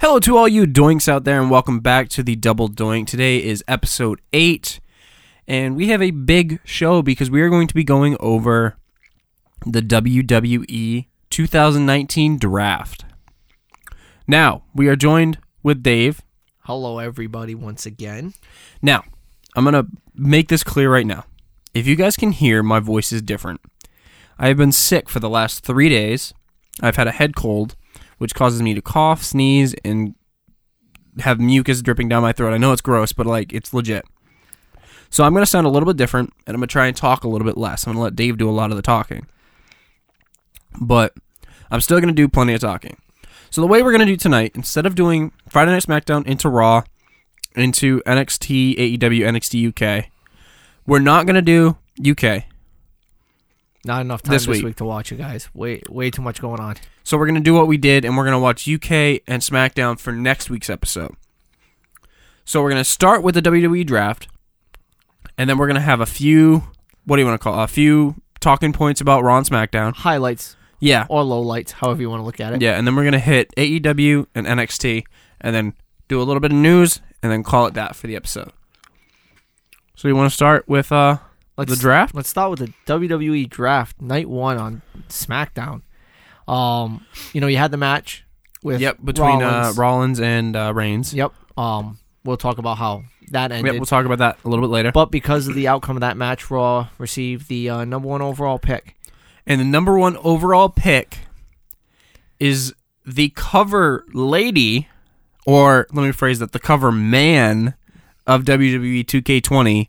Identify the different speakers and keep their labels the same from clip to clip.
Speaker 1: Hello to all you doinks out there, and welcome back to the Double Doink. Today is episode 8, and we have a big show because we are going to be going over the E WWE 2019 draft. Now, we are joined with Dave.
Speaker 2: Hello, everybody, once again.
Speaker 1: Now, I'm going to make this clear right now. If you guys can hear, my voice is different. I have been sick for the last three days. I've had a head cold, which causes me to cough, sneeze, and have mucus dripping down my throat. I know it's gross, but like it's legit. So I'm going to sound a little bit different, and I'm going to try and talk a little bit less. I'm going to let Dave do a lot of the talking. But I'm still going to do plenty of talking. So the way we're going to do tonight, instead of doing Friday Night SmackDown into Raw, into NXT, AEW, NXT UK, we're not going to do UK.
Speaker 2: Not enough time
Speaker 1: This
Speaker 2: this,
Speaker 1: week.
Speaker 2: week. to watch you guys. Way, way too much going on.
Speaker 1: So we're gonna do what we did, and we're gonna watch UK and SmackDown for next week's episode. So we're gonna start with the WWE draft, and then we're gonna have a few. What do you want to call a few talking points about Raw and SmackDown?
Speaker 2: Highlights
Speaker 1: Yeah,
Speaker 2: or lowlights, however you want to look at it.
Speaker 1: yeah, and then we're gonna hit AEW and NXT, and then do a little bit of news, and then call it that for the episode. So you want to start with uh
Speaker 2: Let's,
Speaker 1: the draft?
Speaker 2: Let's start with the WWE draft night one on SmackDown. Um, you know, you had the match with
Speaker 1: Yep, between
Speaker 2: Rollins.
Speaker 1: Uh, Rollins and uh, Reigns.
Speaker 2: Yep. Um, we'll talk about how that ended.
Speaker 1: Yep, we'll talk about that a little bit later.
Speaker 2: but because of the outcome of that match, Raw received the uh, number one overall pick.
Speaker 1: And the number one overall pick is the cover lady, or let me phrase that the cover man of E WWE 2K20,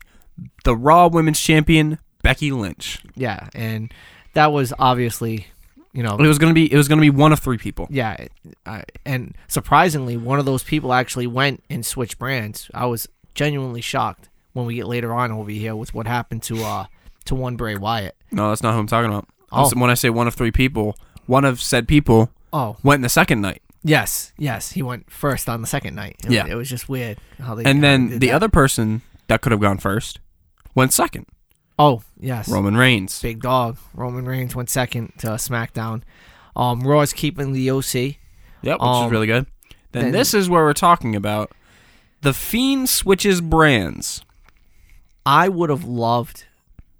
Speaker 1: the Raw Women's Champion, Becky Lynch.
Speaker 2: Yeah, and that was obviously, you know,
Speaker 1: It was gonna be it was gonna be one of three people.
Speaker 2: yeah, it- I, and surprisingly, one of those people actually went and switched brands. I was genuinely shocked when we get later on over here with what happened to uh to one Bray Wyatt.
Speaker 1: No, that's not who I'm talking about.
Speaker 2: Oh.
Speaker 1: When I say one of three people, one of said people
Speaker 2: Oh
Speaker 1: went the second night,
Speaker 2: yes, yes, he went first on the second night. It,
Speaker 1: Yeah.
Speaker 2: it was just weird how they
Speaker 1: and
Speaker 2: how
Speaker 1: then
Speaker 2: they did
Speaker 1: the
Speaker 2: that.
Speaker 1: other person that could have gone first went second.
Speaker 2: oh yes
Speaker 1: Roman Reigns.
Speaker 2: big dog Roman Reigns went second to SmackDown. Um, Raw is keeping the OC.
Speaker 1: Yep, which is
Speaker 2: Um,
Speaker 1: really good. Then,
Speaker 2: then-
Speaker 1: this is where we're talking about the Fiend switches brands.
Speaker 2: I would have loved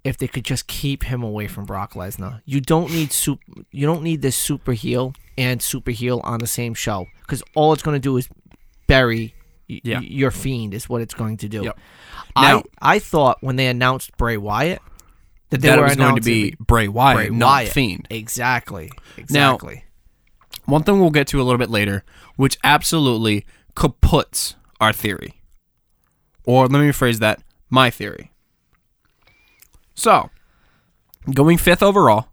Speaker 2: if they could just keep him away from Brock Lesnar. You don't need super, you don't need this super heel and super heel on the same show because all it's going to do is bury y-
Speaker 1: Yeah.
Speaker 2: y- your fiend is what it's going to do.
Speaker 1: Yep. Now-
Speaker 2: I I thought when they announced Bray Wyatt that they
Speaker 1: that it
Speaker 2: were
Speaker 1: was going to
Speaker 2: announcing
Speaker 1: be Bray Wyatt,
Speaker 2: Bray
Speaker 1: not
Speaker 2: Wyatt.
Speaker 1: Fiend.
Speaker 2: exactly exactly.
Speaker 1: One thing we'll get to a little bit later, which absolutely kaputs our theory. Or let me rephrase that, my theory. So, going fifth overall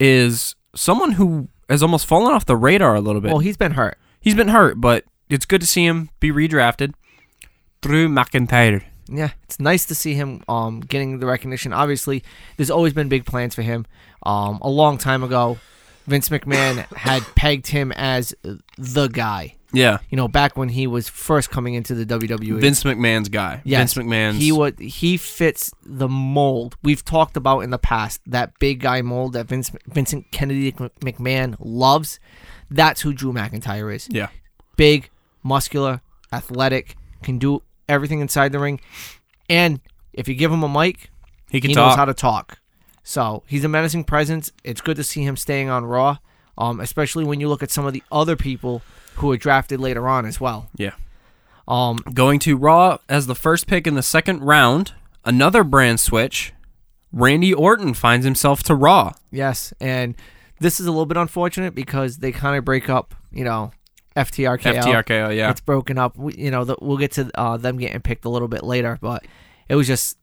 Speaker 1: is someone who has almost fallen off the radar a little bit.
Speaker 2: well, he's been hurt.
Speaker 1: He's been hurt, but it's good to see him be redrafted. Drew McIntyre.
Speaker 2: Yeah, it's nice to see him um, getting the recognition. Obviously, there's always been big plans for him. Um, a long time ago, Vince McMahon had pegged him as the guy.
Speaker 1: Yeah.
Speaker 2: You know, back when he was first coming into the WWE.
Speaker 1: Vince McMahon's guy.
Speaker 2: Yes,
Speaker 1: Vince McMahon's.
Speaker 2: He was he fits the mold we've talked about in the past. That big guy mold that Vince Vincent Kennedy McMahon loves. That's who Drew McIntyre is
Speaker 1: yeah.
Speaker 2: big, muscular, athletic, can do everything inside the ring. And if you give him a mic,
Speaker 1: He can
Speaker 2: he
Speaker 1: talk.
Speaker 2: knows how to talk. So he's a menacing presence. It's good to see him staying on Raw, um, especially when you look at some of the other people who were drafted later on as well.
Speaker 1: yeah.
Speaker 2: Um,
Speaker 1: Going to Raw as the first pick in the second round. Another brand switch. Randy Orton finds himself to Raw.
Speaker 2: yes, and this is a little bit unfortunate because they kind of break up, you know, FTRKO.
Speaker 1: FTRKO, yeah.
Speaker 2: It's broken up. We, you know, the, we'll get to uh, them getting picked a little bit later, but it was just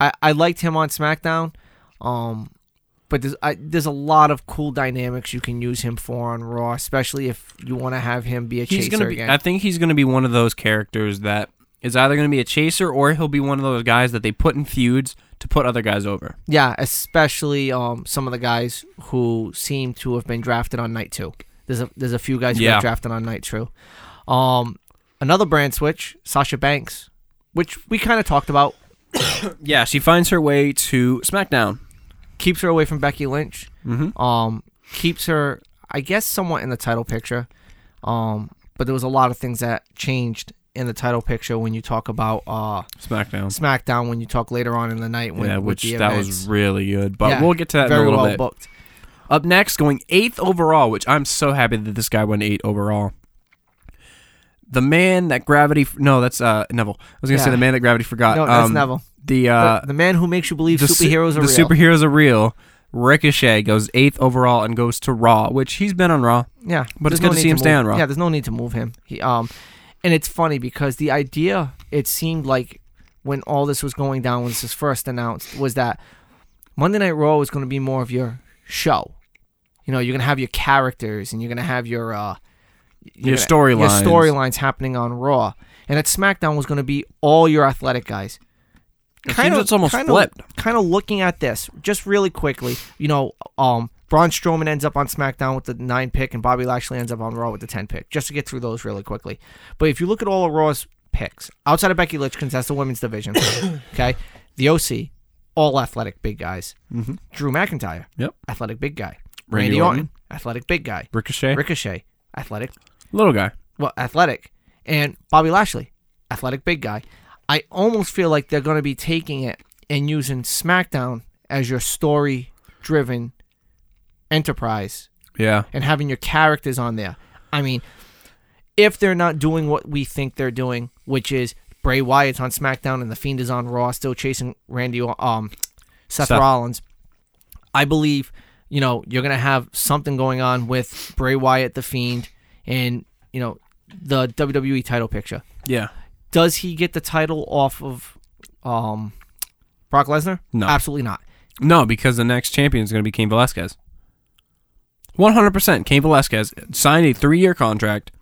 Speaker 2: I, I liked him on SmackDown, um, but there's I, there's a lot of cool dynamics you can use him for on Raw, especially if you want to have him be a
Speaker 1: He's
Speaker 2: chaser
Speaker 1: gonna be
Speaker 2: again.
Speaker 1: I think he's gonna be one of those characters that is either gonna be a chaser or he'll be one of those guys that they put in feuds to put other guys over.
Speaker 2: yeah, especially um, some of the guys who seem to have been drafted on night two. There's a there's a few guys who
Speaker 1: Yeah.
Speaker 2: got drafted on night two. Um, another brand switch, Sasha Banks, which we kind of talked about
Speaker 1: Yeah, she finds her way to SmackDown.
Speaker 2: keeps her away from Becky Lynch.
Speaker 1: Mhm.
Speaker 2: Um, keeps her, I guess, somewhat in the title picture. Um, but there was a lot of things that changed in the title picture when you talk about uh,
Speaker 1: SmackDown.
Speaker 2: SmackDown when you talk later on in the night. When,
Speaker 1: yeah,
Speaker 2: with
Speaker 1: which
Speaker 2: the
Speaker 1: that
Speaker 2: events.
Speaker 1: was really good. But
Speaker 2: Yeah,
Speaker 1: we'll get to that in a
Speaker 2: very
Speaker 1: little
Speaker 2: well
Speaker 1: bit.
Speaker 2: booked.
Speaker 1: Up next, going eighth overall, which I'm so happy that this guy went eight overall. The man that gravity no, that's uh Neville. I was gonna say
Speaker 2: Yeah.
Speaker 1: the man that gravity forgot.
Speaker 2: No, that's
Speaker 1: Um,
Speaker 2: Neville.
Speaker 1: The
Speaker 2: The-
Speaker 1: uh
Speaker 2: the, man who makes you believe
Speaker 1: the su-
Speaker 2: superheroes are
Speaker 1: the
Speaker 2: real.
Speaker 1: superheroes are real. Ricochet goes eighth overall and goes to Raw, which he's been on Raw.
Speaker 2: Yeah,
Speaker 1: But it's
Speaker 2: there's
Speaker 1: good
Speaker 2: no
Speaker 1: to
Speaker 2: need
Speaker 1: see him
Speaker 2: move-
Speaker 1: stay on Raw.
Speaker 2: Yeah, there's no need to move him. He, um, and it's funny because the idea it seemed like when all this was going down, when this was first announced, was that Monday Night Raw was going to be more of your show. You know, you're going to have your characters and you're going to have your uh, you're
Speaker 1: Your
Speaker 2: gonna-
Speaker 1: storylines.
Speaker 2: your storylines happening on Raw, and that SmackDown was going to be all your athletic guys.
Speaker 1: It seems it's almost flipped.
Speaker 2: Kind of looking at this just really quickly. You know, um, Braun Strowman ends up on SmackDown with the nine pick, and Bobby Lashley ends up on Raw with the ten pick. Just to get through those really quickly. But if you look at all of Raw's picks outside of Becky Lynch, because that's the women's division. okay, the OC, all athletic big guys.
Speaker 1: Mhm.
Speaker 2: Drew McIntyre,
Speaker 1: Yep.
Speaker 2: athletic big guy.
Speaker 1: Randy Orton.
Speaker 2: athletic big guy.
Speaker 1: Ricochet,
Speaker 2: Ricochet, athletic
Speaker 1: little guy.
Speaker 2: well, athletic, and Bobby Lashley, athletic big guy. I almost feel like they're going to be taking it and using SmackDown as your story driven enterprise
Speaker 1: Yeah,
Speaker 2: and having your characters on there. I mean, if they're not doing what we think they're doing, which is Bray Wyatt's on SmackDown and The Fiend is on Raw, still chasing Randy, Or- um, Seth,
Speaker 1: Seth.
Speaker 2: Rollins, I believe you know you're gonna have something going on with Bray Wyatt, The Fiend, and you know the WWE title picture.
Speaker 1: yeah.
Speaker 2: Does he get the title off of um, Brock Lesnar?
Speaker 1: No.
Speaker 2: absolutely not.
Speaker 1: No, because the next champion is going to be Cain Velasquez. 100% Cain Velasquez signed a three year contract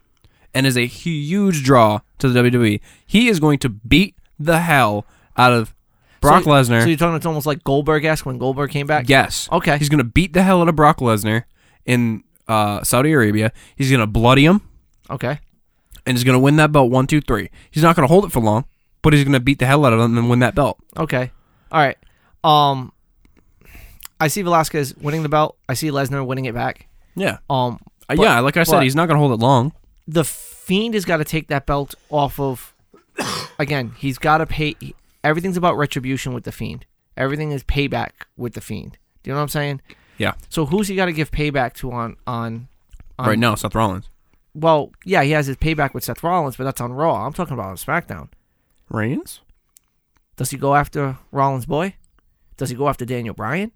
Speaker 1: and is a huge draw to the WWE. He is going to beat the hell out of Brock
Speaker 2: So-
Speaker 1: Lesnar.
Speaker 2: So you're talking it's almost like Goldberg esque when Goldberg came back.
Speaker 1: yes.
Speaker 2: Okay.
Speaker 1: He's going to beat the hell out of Brock Lesnar in uh, Saudi Arabia. He's going to bloody him
Speaker 2: Okay.
Speaker 1: and he's going to win that belt one, two, three. He's not going to hold it for long, but he's going to beat the hell out of him and win that belt.
Speaker 2: Okay. All right. Um, I see Velasquez winning the belt. I see Lesnar winning it back.
Speaker 1: Yeah.
Speaker 2: Um,
Speaker 1: Uh,
Speaker 2: But-
Speaker 1: yeah, like I said,
Speaker 2: but-
Speaker 1: he's not going to hold it long.
Speaker 2: the Fiend has got to take that belt off of. Again, he's got to pay. Everything's about retribution with the Fiend. Everything is payback with the Fiend. Do you know what I'm saying?
Speaker 1: Yeah.
Speaker 2: So who's he got to give payback to on on? on
Speaker 1: right now, Seth Rollins.
Speaker 2: Well, yeah, he has his payback with Seth Rollins, but that's on Raw. I'm talking about on SmackDown.
Speaker 1: Reigns?
Speaker 2: Does he go after Rollins' boy? Does he go after Daniel Bryan?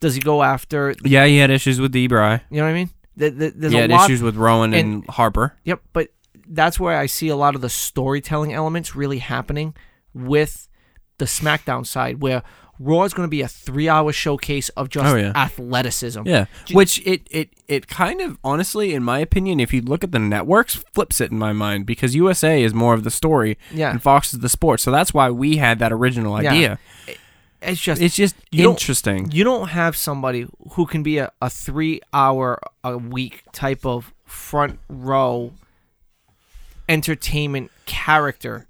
Speaker 2: Does he go after
Speaker 1: Yeah, he had issues with Debray.
Speaker 2: You know what I mean? Th- th- There's
Speaker 1: he
Speaker 2: a
Speaker 1: had
Speaker 2: lot.
Speaker 1: issues with Rowan and, Harper.
Speaker 2: Yep, but that's where I see a lot of the storytelling elements really happening with the SmackDown side, where Raw is going to be a three-hour showcase of just
Speaker 1: Oh, yeah.
Speaker 2: athleticism.
Speaker 1: Yeah,
Speaker 2: Do-
Speaker 1: which it, it it kind of honestly, in my opinion, if you look at the networks, flips it in my mind because USA is more of the story
Speaker 2: Yeah.
Speaker 1: and Fox is the sport, so that's why we had that original
Speaker 2: Yeah.
Speaker 1: idea.
Speaker 2: It's just
Speaker 1: It's just
Speaker 2: You don't-
Speaker 1: interesting.
Speaker 2: you don't have somebody who can be a, a three-hour a week type of front row entertainment character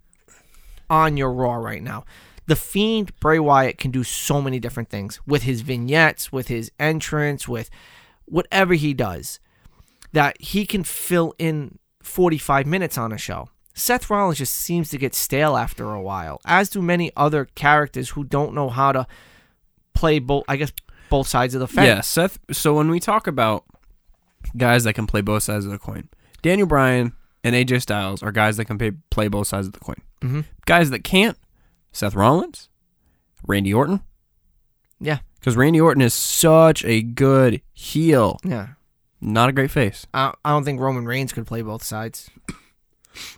Speaker 2: on your Raw right now. The Fiend Bray Wyatt can do so many different things with his vignettes, with his entrance, with whatever he does, that he can fill in 45 minutes on a show. Seth Rollins just seems to get stale after a while, as do many other characters who don't know how to play both, I guess, both sides of the fence.
Speaker 1: yeah, Seth. So when we talk about guys that can play both sides of the coin, Daniel Bryan and AJ Styles are guys that can pay, play both sides of the coin.
Speaker 2: Mm-hmm.
Speaker 1: Guys that can't, Seth Rollins, Randy Orton,
Speaker 2: Yeah.
Speaker 1: because Randy Orton is such a good heel,
Speaker 2: Yeah.
Speaker 1: not a great face.
Speaker 2: I, I don't think Roman Reigns could play both sides.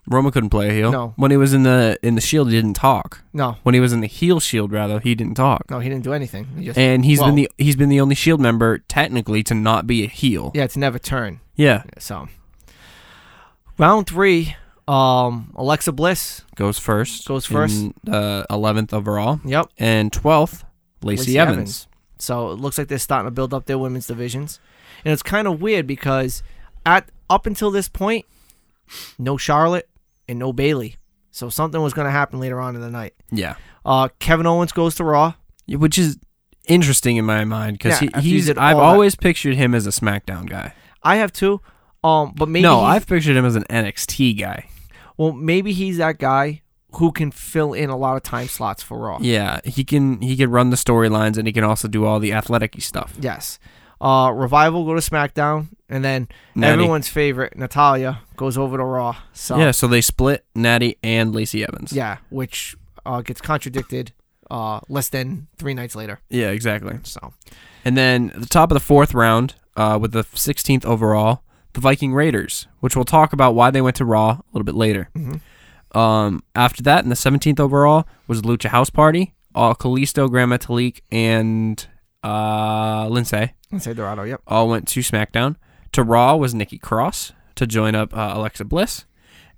Speaker 1: Roma couldn't play a heel.
Speaker 2: No.
Speaker 1: When he was in the in the Shield, he didn't talk.
Speaker 2: No,
Speaker 1: When he was in the heel Shield, rather, he didn't talk.
Speaker 2: no, he didn't do anything. He just,
Speaker 1: And he's
Speaker 2: Well-
Speaker 1: been the he's been the only Shield member technically to not be a heel.
Speaker 2: yeah, it's never turn.
Speaker 1: Yeah.
Speaker 2: So, round three, um, Alexa Bliss.
Speaker 1: Goes first. uh,
Speaker 2: Goes first.
Speaker 1: Eleventh overall
Speaker 2: Yep.
Speaker 1: and twelfth, Lacey,
Speaker 2: Lacey
Speaker 1: Evans.
Speaker 2: Evans. So it looks like they're starting to build up their women's divisions, and it's kind of weird because at up until this point, no Charlotte and no Bailey. So something was going to happen later on in the night.
Speaker 1: Yeah.
Speaker 2: Uh, Kevin Owens goes to Raw.
Speaker 1: Yeah, Which is interesting in my mind because
Speaker 2: Yeah, after
Speaker 1: he,
Speaker 2: you
Speaker 1: he's
Speaker 2: did
Speaker 1: I've
Speaker 2: all that-
Speaker 1: always pictured him as a SmackDown guy.
Speaker 2: I have two. Um, but maybe
Speaker 1: no,
Speaker 2: he's-
Speaker 1: I've pictured him as an NXT guy.
Speaker 2: well maybe he's that guy who can fill in a lot of time slots for Raw.
Speaker 1: Yeah, he can he can run the storylines and he can also do all the athletic stuff.
Speaker 2: Yes. Uh, Revival go to SmackDown, and then
Speaker 1: Natty.
Speaker 2: everyone's favorite Natalia goes over to Raw. So
Speaker 1: Yeah, so they split Natty and Lacey Evans.
Speaker 2: yeah, which uh, gets contradicted uh, less than three nights later.
Speaker 1: yeah, exactly.
Speaker 2: So
Speaker 1: And then the top of the fourth round, uh, with the 16th overall, the Viking Raiders, which we'll talk about why they went to Raw a little bit later.
Speaker 2: Mhm.
Speaker 1: Um, after that, in the 17th overall, was Lucha House Party, all Kalisto, Grandma Talik, and uh, Lindsay
Speaker 2: let's say Dorado. Yep.
Speaker 1: all went to SmackDown. To Raw was Nikki Cross to join up uh, Alexa Bliss.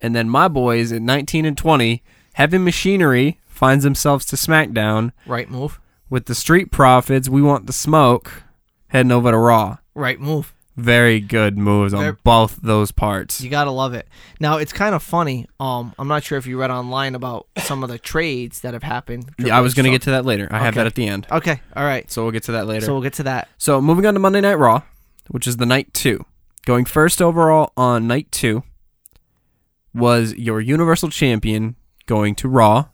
Speaker 1: And then my boys at 19 and 20, Heavy Machinery finds themselves to SmackDown
Speaker 2: Right move.
Speaker 1: with the Street Profits. We want the smoke heading over to Raw.
Speaker 2: Right move.
Speaker 1: Very good moves on
Speaker 2: Ver-
Speaker 1: both those parts.
Speaker 2: You gotta love it. Now it's kind of funny. Um, I'm not sure if you read online about some of the trades that have happened.
Speaker 1: Yeah, I was going to get to that later. I have
Speaker 2: Okay.
Speaker 1: that at the end.
Speaker 2: Okay. All right.
Speaker 1: So we'll get to that later.
Speaker 2: So
Speaker 1: So,
Speaker 2: we'll get to that.
Speaker 1: moving on to Monday Night Raw, which is the night two. Going first overall on night two was your Universal Champion going to Raw,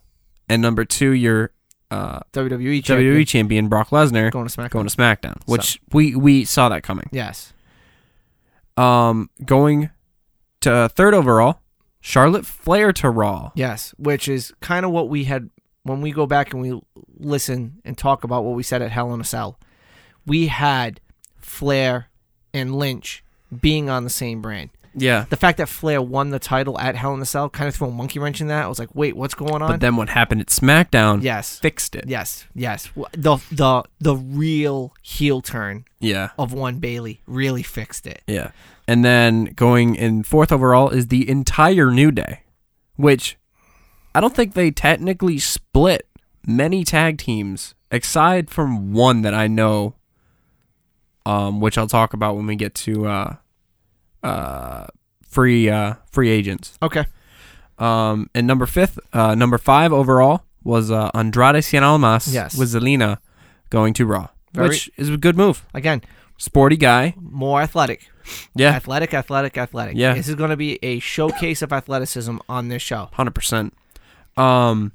Speaker 1: and number two, your uh,
Speaker 2: WWE.
Speaker 1: WWE
Speaker 2: E Champion
Speaker 1: E Champion Brock Lesnar
Speaker 2: going to SmackDown.
Speaker 1: going to SmackDown, which we, we saw that coming.
Speaker 2: yes.
Speaker 1: Um, going to third overall, Charlotte Flair to Raw.
Speaker 2: Yes, which is kind of what we had when we go back and we listen and talk about what we said at Hell in a Cell. We had Flair and Lynch being on the same brand.
Speaker 1: Yeah.
Speaker 2: The fact that Flair won the title at Hell in a Cell kind of threw a monkey wrench in that. I was like, wait, what's going on?
Speaker 1: But then what happened at SmackDown
Speaker 2: yes,
Speaker 1: fixed it.
Speaker 2: yes, yes. W- The the the real heel turn
Speaker 1: Yeah.
Speaker 2: of one Bailey really fixed it.
Speaker 1: Yeah. And then going in fourth overall is the entire New Day, which I don't think they technically split many tag teams aside from one that I know, um, which I'll talk about when we get to uh, uh, free uh, free agents.
Speaker 2: Okay.
Speaker 1: Um, and number fifth, uh, number five overall was uh, Andrade Cien Almas
Speaker 2: Yes.
Speaker 1: with Zelina going to Raw,
Speaker 2: Very-
Speaker 1: which is a good move.
Speaker 2: Again,
Speaker 1: Sporty guy.
Speaker 2: more athletic.
Speaker 1: Yeah.
Speaker 2: Athletic, athletic, athletic.
Speaker 1: Yeah.
Speaker 2: This is going to be a showcase of athleticism on this show.
Speaker 1: hundred percent. Um,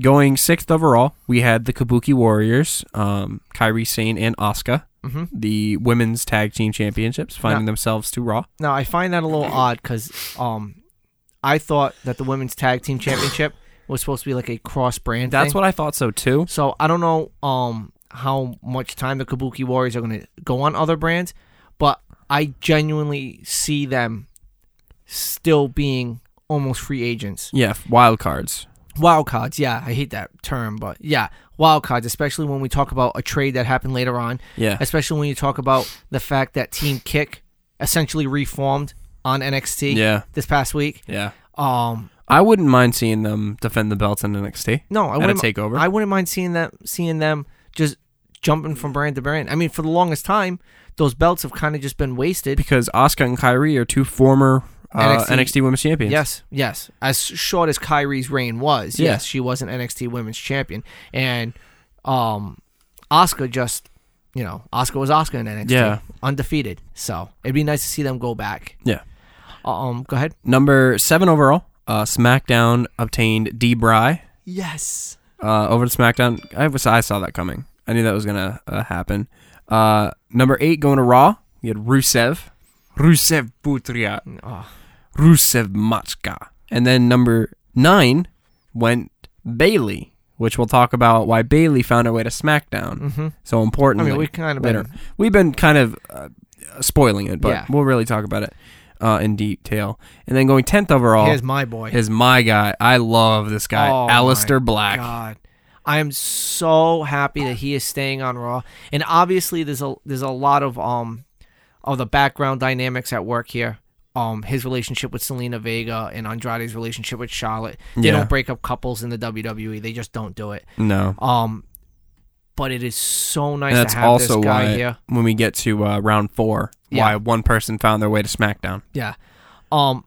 Speaker 1: going sixth overall, we had the Kabuki Warriors, um, Kyrie Sane and Asuka,
Speaker 2: Mm-hmm.
Speaker 1: the women's tag team championships, finding
Speaker 2: Yeah.
Speaker 1: themselves to Raw.
Speaker 2: Now I find that a little odd because um, I thought that the women's tag team championship was supposed to be like a cross brand.
Speaker 1: That's what I thought so too.
Speaker 2: So I don't know um how much time the Kabuki Warriors are going to go on other brands, but I genuinely see them still being almost free agents.
Speaker 1: Yeah, f- wild cards.
Speaker 2: Wild cards, yeah, I hate that term, but yeah, wild cards, especially when we talk about a trade that happened later on,
Speaker 1: Yeah,
Speaker 2: especially when you talk about the fact that Team Kick essentially reformed on NXT
Speaker 1: yeah,
Speaker 2: this past week.
Speaker 1: yeah.
Speaker 2: Um,
Speaker 1: I wouldn't mind seeing them defend the belts in NXT
Speaker 2: no, I
Speaker 1: at a
Speaker 2: wouldn't.
Speaker 1: takeover.
Speaker 2: I wouldn't mind seeing them seeing them just jumping from brand to brand. I mean, for the longest time, those belts have kind of just been wasted.
Speaker 1: because Asuka and Kyrie are two former uh, NXT.
Speaker 2: NXT
Speaker 1: Women's Champions.
Speaker 2: Yes, yes. As short as Kyrie's reign was,
Speaker 1: Yeah.
Speaker 2: yes, she was an NXT Women's Champion, and um, Oscar just, you know, Oscar was Oscar in NXT,
Speaker 1: Yeah.
Speaker 2: undefeated. So it'd be nice to see them go back.
Speaker 1: Yeah.
Speaker 2: Um, go ahead.
Speaker 1: Number seven overall, uh, SmackDown obtained D. Bry
Speaker 2: Yes.
Speaker 1: uh, over to SmackDown. I was I saw that coming. I knew that was gonna uh, happen. Uh, number eight going to Raw. We had Rusev, Rusev Butria,
Speaker 2: Oh,
Speaker 1: Rusev Matska, and then number nine went Bailey, which we'll talk about why Bailey found her way to SmackDown.
Speaker 2: mhm.
Speaker 1: So
Speaker 2: I
Speaker 1: important.
Speaker 2: mean, we kind of
Speaker 1: later.
Speaker 2: been
Speaker 1: We've been kind of uh, spoiling it, but
Speaker 2: Yeah.
Speaker 1: we'll really talk about it uh, in detail. And then going tenth overall
Speaker 2: Here's
Speaker 1: is,
Speaker 2: my boy.
Speaker 1: my guy. I love this guy,
Speaker 2: Oh, my
Speaker 1: Uh, Alistair Black.
Speaker 2: God. I am so happy that he is staying on Raw. And obviously there's a there's a lot of um of the background dynamics at work here. Um his relationship with Selena Vega and Andrade's relationship with Charlotte. They
Speaker 1: Yeah.
Speaker 2: don't break up couples in the WWE. They just don't do it.
Speaker 1: No,
Speaker 2: Um but it is so nice
Speaker 1: And that's
Speaker 2: to have
Speaker 1: also
Speaker 2: this guy
Speaker 1: why
Speaker 2: here.
Speaker 1: when we get to uh, round four,
Speaker 2: Yeah.
Speaker 1: why one person found their way to SmackDown.
Speaker 2: Yeah. Um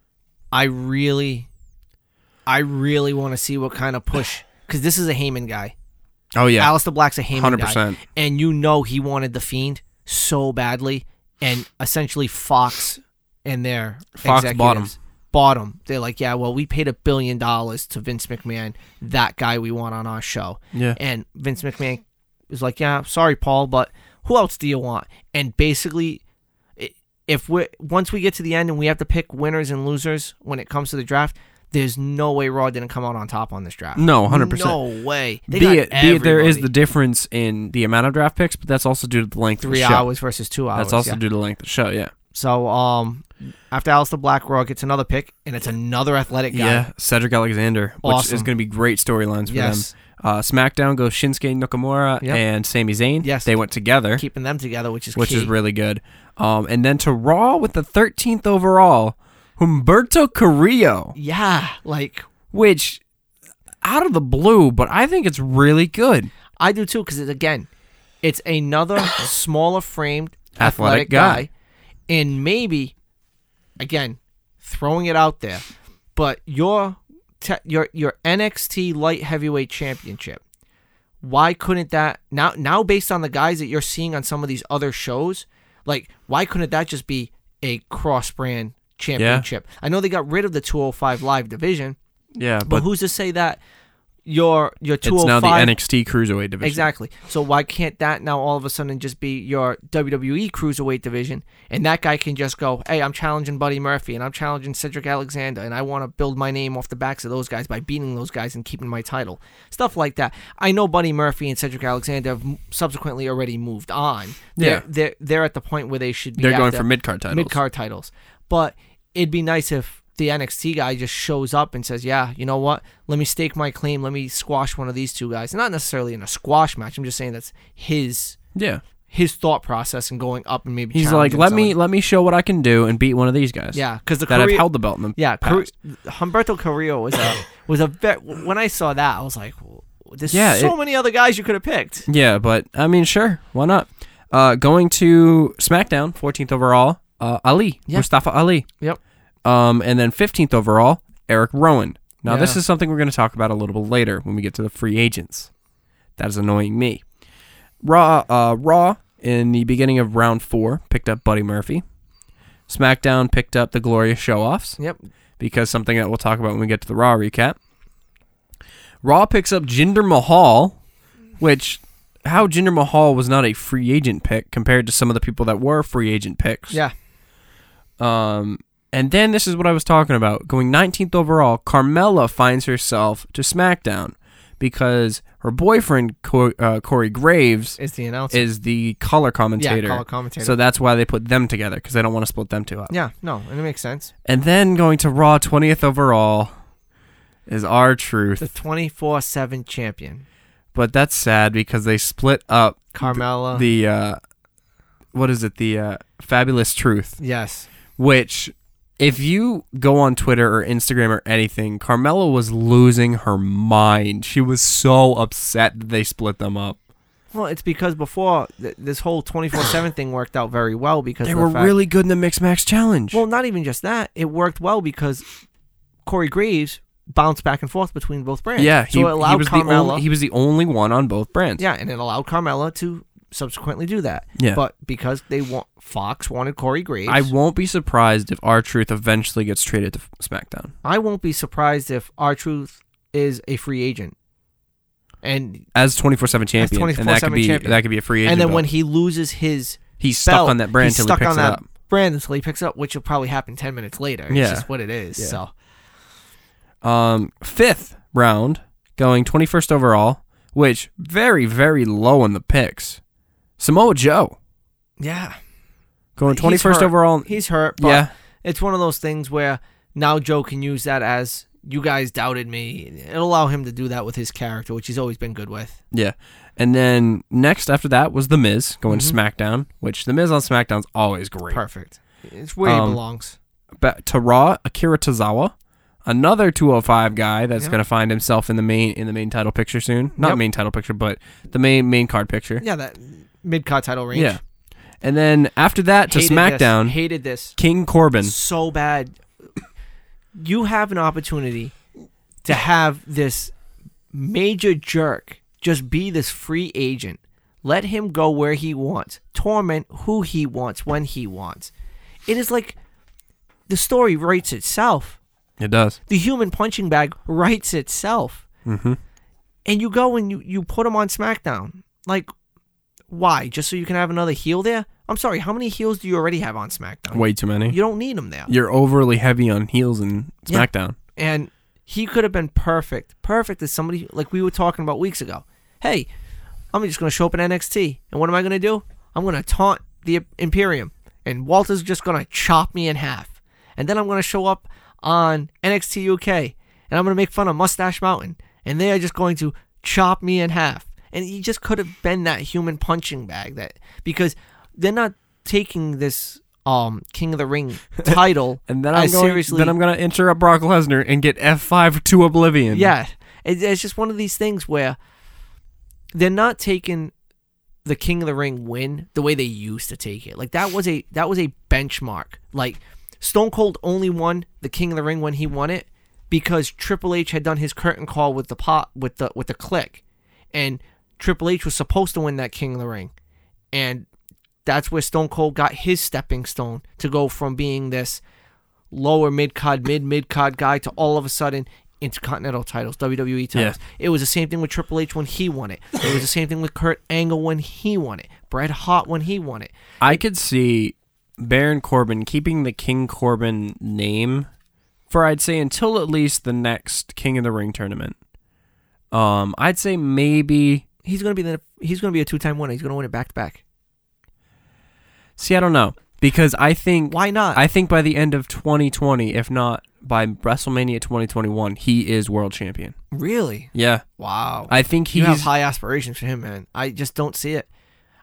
Speaker 2: I really I really want to see what kind of push cuz this is a Heyman guy.
Speaker 1: Oh yeah,
Speaker 2: Alistair Black's a Heyman
Speaker 1: hundred
Speaker 2: guy.
Speaker 1: percent.
Speaker 2: and you know he wanted the fiend so badly and essentially fox and their
Speaker 1: Fox bought 'em.
Speaker 2: executives bought 'em. They're like, yeah, well, we paid a billion dollars to Vince McMahon, that guy we want on our show.
Speaker 1: Yeah.
Speaker 2: And Vince McMahon was like, "Yeah, sorry, Paul, but who else do you want?" And basically, i- if we once we get to the end and we have to pick winners and losers when it comes to the draft, there's no way Raw didn't come out on top on this draft.
Speaker 1: No, 100%.
Speaker 2: No way. They
Speaker 1: be
Speaker 2: got
Speaker 1: it, be it there is the
Speaker 2: everybody.
Speaker 1: difference in the amount of draft picks, but that's also due to the length
Speaker 2: three
Speaker 1: of the show.
Speaker 2: hours versus two hours.
Speaker 1: that's also
Speaker 2: yeah.
Speaker 1: due to the length of the show, yeah.
Speaker 2: so. Um, after Alistair Black, Raw gets another pick, and it's another athletic guy.
Speaker 1: Yeah, Cedric Alexander, which is
Speaker 2: Awesome.
Speaker 1: going to be great storylines for
Speaker 2: Yes.
Speaker 1: them. Uh, SmackDown goes Shinsuke Nakamura
Speaker 2: Yep.
Speaker 1: and Sami Zayn.
Speaker 2: Yes.
Speaker 1: They went together,
Speaker 2: Keeping them together, which is
Speaker 1: which is
Speaker 2: key.
Speaker 1: really good. Um, and then to Raw with the 13th overall, Humberto Carrillo,
Speaker 2: yeah, like
Speaker 1: which out of the blue, but I think it's really good.
Speaker 2: I do too, because again, it's another smaller framed
Speaker 1: Athletic
Speaker 2: athletic,
Speaker 1: guy.
Speaker 2: guy. and maybe, again, throwing it out there, but your te- your your NXT light heavyweight championship. Why couldn't that now now based on the guys that you're seeing on some of these other shows, like why couldn't that just be a cross brand championship? I know they got rid of the 205 live division,
Speaker 1: Yeah,
Speaker 2: but,
Speaker 1: but,
Speaker 2: who's to say that your your
Speaker 1: it's now
Speaker 2: 205
Speaker 1: the NXT Cruiserweight division.
Speaker 2: Exactly. So why can't that now all of a sudden just be your WWE Cruiserweight division and that guy can just go, "Hey, I'm challenging Buddy Murphy and I'm challenging Cedric Alexander and I want to build my name off the backs of those guys by beating those guys and keeping my title." Stuff like that. I know Buddy Murphy and Cedric Alexander have m- subsequently already moved on. They're,
Speaker 1: Yeah.
Speaker 2: they're they're at the point where they should be
Speaker 1: They're going
Speaker 2: after
Speaker 1: for mid card titles.
Speaker 2: mid card titles. But it'd be nice if the NXT guy just shows up and says, "Yeah, you know what? Let me stake my claim. Let me squash one of these two guys." Not necessarily in a squash match. I'm just saying that's his
Speaker 1: Yeah.
Speaker 2: his thought process and going up and maybe
Speaker 1: He's like,
Speaker 2: challenging
Speaker 1: let me
Speaker 2: someone."
Speaker 1: let me show what I can do and beat one of these guys.
Speaker 2: yeah because the
Speaker 1: that
Speaker 2: career,
Speaker 1: have held the belt in the
Speaker 2: yeah Car-
Speaker 1: past.
Speaker 2: Humberto Carrillo was a was a ve- when I saw that I was like, "Well, "There's
Speaker 1: Yeah,
Speaker 2: so
Speaker 1: it-
Speaker 2: many other guys you could have picked."
Speaker 1: Yeah, but I mean, sure, why not? Uh, going to SmackDown, 14th overall, uh, Ali
Speaker 2: Yeah.
Speaker 1: Mustafa Ali.
Speaker 2: Yep.
Speaker 1: Um, and then 15th overall, Eric Rowan. Now, this
Speaker 2: Yeah.
Speaker 1: is something we're going to talk about a little bit later when we get to the free agents. That is annoying me. Raw, uh, Raw in the beginning of round four picked up Buddy Murphy. SmackDown picked up the Glorious Showoffs
Speaker 2: Yep.
Speaker 1: because something that we'll talk about when we get to the Raw recap. Raw picks up Jinder Mahal, which how Jinder Mahal was not a free agent pick compared to some of the people that were free agent picks.
Speaker 2: Yeah.
Speaker 1: Um, and then this is what I was talking about. Going 19th overall, Carmella finds herself to SmackDown because her boyfriend Cor- uh, Corey Graves
Speaker 2: Is the announcer?
Speaker 1: is the color commentator.
Speaker 2: Yeah, color commentator.
Speaker 1: So that's why they put them together because they don't want to split them two up.
Speaker 2: yeah, no, and it makes sense.
Speaker 1: And then going to Raw 20th overall is our truth.
Speaker 2: The 24/7 champion,
Speaker 1: But that's sad because they split up
Speaker 2: Carmella.
Speaker 1: the uh what is it? The uh Fabulous Truth,
Speaker 2: yes.
Speaker 1: which if you go on Twitter or Instagram or anything, Carmella was losing her mind. She was so upset that they split them up.
Speaker 2: Well, it's because before th- this whole twenty four seven thing worked out very well because
Speaker 1: They
Speaker 2: of the
Speaker 1: were
Speaker 2: fact-
Speaker 1: really good in the Mixed Match Challenge.
Speaker 2: well. Not even just that; it worked well because Corey Graves bounced back and forth between both brands.
Speaker 1: yeah,
Speaker 2: so it allowed
Speaker 1: was the
Speaker 2: Carmella.
Speaker 1: only, he was the only one on both brands.
Speaker 2: yeah, and it allowed Carmella to subsequently do that.
Speaker 1: Yeah.
Speaker 2: but because they want Fox wanted Corey Graves,
Speaker 1: I won't be surprised if our truth eventually gets traded to SmackDown.
Speaker 2: I won't be surprised if our truth is a free agent, and
Speaker 1: as 24/7 champion, and that could
Speaker 2: 24/7
Speaker 1: be
Speaker 2: champion.
Speaker 1: that could be a free agent.
Speaker 2: and then
Speaker 1: belt.
Speaker 2: when he loses his
Speaker 1: he's stuck
Speaker 2: belt,
Speaker 1: on that brand
Speaker 2: he's
Speaker 1: until he
Speaker 2: stuck
Speaker 1: picks
Speaker 2: on
Speaker 1: it
Speaker 2: that
Speaker 1: up.
Speaker 2: brand until he picks it up, which will probably happen ten minutes later. It's
Speaker 1: Yeah.
Speaker 2: just what it is.
Speaker 1: Yeah.
Speaker 2: So.
Speaker 1: Um, fifth round, going 21st overall, which very very low in the picks. Samoa Joe
Speaker 2: Yeah.
Speaker 1: going
Speaker 2: He's
Speaker 1: 21st
Speaker 2: hurt.
Speaker 1: overall.
Speaker 2: He's hurt, but
Speaker 1: Yeah,
Speaker 2: it's one of those things where now Joe can use that as you guys doubted me. It'll allow him to do that with his character, which he's always been good with.
Speaker 1: yeah. And then next after that was the Miz going to SmackDown, which the Miz on SmackDown's always great.
Speaker 2: Mm-hmm. Perfect. It's where
Speaker 1: Um,
Speaker 2: he belongs.
Speaker 1: But to Raw, Akira Tozawa, another 205 guy that's
Speaker 2: Yep.
Speaker 1: going to find himself in the main in the main title picture soon. Not
Speaker 2: Yep.
Speaker 1: main title picture, but the main main card picture.
Speaker 2: Yeah, that mid card title range.
Speaker 1: Yeah. And then after that to
Speaker 2: Hated
Speaker 1: SmackDown,
Speaker 2: This, hated this
Speaker 1: King Corbin.
Speaker 2: so bad. You have an opportunity to have this major jerk just be this free agent. Let him go where he wants, torment who he wants, when he wants. It is like the story writes itself.
Speaker 1: It does.
Speaker 2: The human punching bag writes itself.
Speaker 1: Mm-hmm.
Speaker 2: And you go and you, you put him on SmackDown. Like, why? Just so you can have another heel there? I'm sorry, how many heels do you already have on SmackDown?
Speaker 1: Way too many.
Speaker 2: You don't need him there.
Speaker 1: You're overly heavy on heels in
Speaker 2: Yeah.
Speaker 1: SmackDown.
Speaker 2: and he could have been perfect. Perfect as somebody like we were talking about weeks ago. Hey, I'm just going to show up in NXT, and what am I going to do? I'm going to taunt the Imperium, and Walter's just going to chop me in half, and then I'm going to show up on NXT UK, and I'm going to make fun of Mustache Mountain, and they are just going to chop me in half. And he just could have been that human punching bag that because they're not taking this um King of the Ring title
Speaker 1: And then I'm
Speaker 2: as
Speaker 1: going,
Speaker 2: seriously
Speaker 1: then I'm going to interrupt Brock Lesnar and get F5 to oblivion.
Speaker 2: yeah, it, it's just one of these things where they're not taking the King of the Ring win the way they used to take it. Like that was a that was a benchmark. Like Stone Cold only won the King of the Ring when he won it because Triple H had done his curtain call with the pot with the with the click, and Triple H was supposed to win that King of the Ring, and that's where Stone Cold got his stepping stone to go from being this lower mid card, mid mid card guy to all of a sudden intercontinental titles, WWE titles. It was the same thing with Triple H when he won it. It was the same thing with Kurt Angle when he won it. Bret Hart when he won it.
Speaker 1: I could see Baron Corbin keeping the King Corbin name for I'd say until at least the next King of the Ring tournament. Um, I'd say maybe.
Speaker 2: He's gonna be the he's gonna be a two time winner. He's gonna win it back to back.
Speaker 1: See, I don't know because I think
Speaker 2: Why not?
Speaker 1: I think by the end of 2020, if not by WrestleMania 2021, he is world champion.
Speaker 2: really?
Speaker 1: Yeah,
Speaker 2: Wow.
Speaker 1: I think
Speaker 2: you have
Speaker 1: he's.
Speaker 2: high aspirations for him, man. I just don't see it.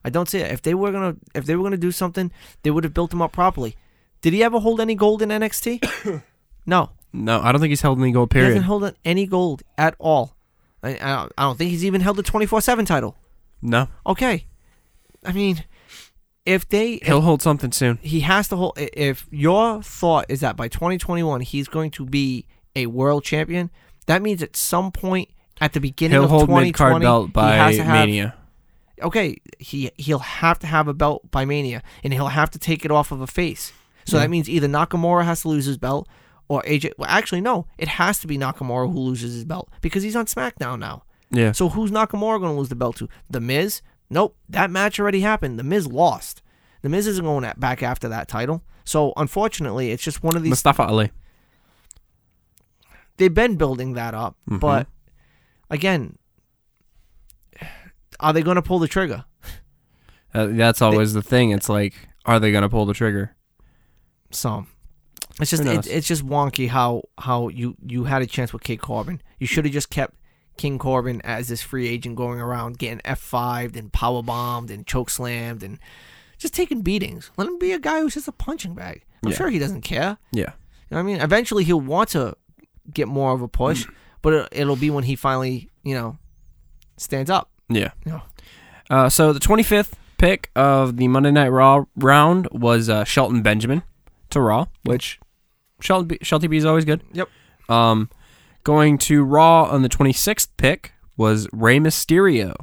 Speaker 2: I don't see it. If they were gonna if they were gonna do something, they would have built him up properly. Did he ever hold any gold in NXT? no.
Speaker 1: No, I don't think he's held any gold.
Speaker 2: He
Speaker 1: Period.
Speaker 2: hasn't held on any gold at all. I, I, don't, I don't think he's even held the 24 7 title.
Speaker 1: no,
Speaker 2: Okay. I mean, if they. if
Speaker 1: he'll hold something soon.
Speaker 2: he has to hold. i- If your thought is that by 2021 he's going to be a world champion, that means at some point at the beginning
Speaker 1: He'll
Speaker 2: of
Speaker 1: hold
Speaker 2: 2020,
Speaker 1: mid card belt by
Speaker 2: he has to have,
Speaker 1: Mania.
Speaker 2: Okay, he he'll have to have a belt by Mania, and he'll have to take it off of a face. So that means either Nakamura has to lose his belt, or AJ. Well, actually, no, it has to be Nakamura who loses his belt because he's on SmackDown now.
Speaker 1: Yeah.
Speaker 2: So who's Nakamura going to lose the belt to? The Miz? Nope. That match already happened. The Miz lost. The Miz isn't going at- back after that title. So unfortunately, it's just one of these.
Speaker 1: Mustafa Ali.
Speaker 2: They've been building that up, but again, are they going to pull the trigger?
Speaker 1: Uh, that's always the thing. It's like, are they going to pull the trigger?
Speaker 2: So it's just
Speaker 1: Who
Speaker 2: it,
Speaker 1: knows?
Speaker 2: it's just wonky how how you you had a chance with King Corbin. You should have just kept King Corbin as this free agent going around getting F five and power bombed and choke slammed and just taking beatings. Let him be a guy who's just a punching bag. I'm
Speaker 1: Yeah.
Speaker 2: sure he doesn't care.
Speaker 1: Yeah.
Speaker 2: You know what I mean, eventually he'll want to get more of a push,
Speaker 1: Mm.
Speaker 2: but it, it'll be when he finally you know stands up.
Speaker 1: Yeah.
Speaker 2: Yeah.
Speaker 1: Uh, so the 25th pick of the Monday Night Raw round was uh, Shelton Benjamin to Raw, which Shelton B, Shelty B is always good.
Speaker 2: Yep.
Speaker 1: Um, going to Raw on the 26th pick was Rey Mysterio.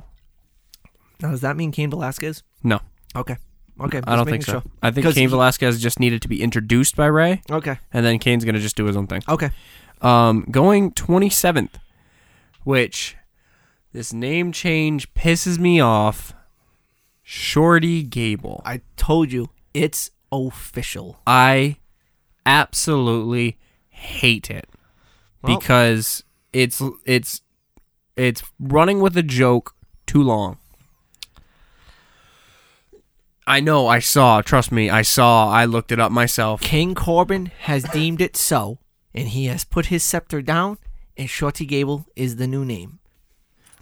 Speaker 2: Now does that mean Cain Velasquez?
Speaker 1: No,
Speaker 2: Okay, okay.
Speaker 1: I
Speaker 2: just
Speaker 1: don't
Speaker 2: making
Speaker 1: think so.
Speaker 2: sure.
Speaker 1: I think
Speaker 2: 'Cause
Speaker 1: Cain
Speaker 2: he-
Speaker 1: Velasquez just needed to be introduced by Ray,
Speaker 2: Okay,
Speaker 1: and then Kane's gonna just do his own thing.
Speaker 2: okay.
Speaker 1: Um, going 27th, which this name change pisses me off. Shorty Gable.
Speaker 2: I told you it's official.
Speaker 1: I absolutely hate it
Speaker 2: Well-
Speaker 1: because it's it's it's running with a joke too long. I know, I saw, trust me, I saw, I looked it up myself.
Speaker 2: King Corbin has deemed it so, and he has put his scepter down, and Shorty Gable is the new name.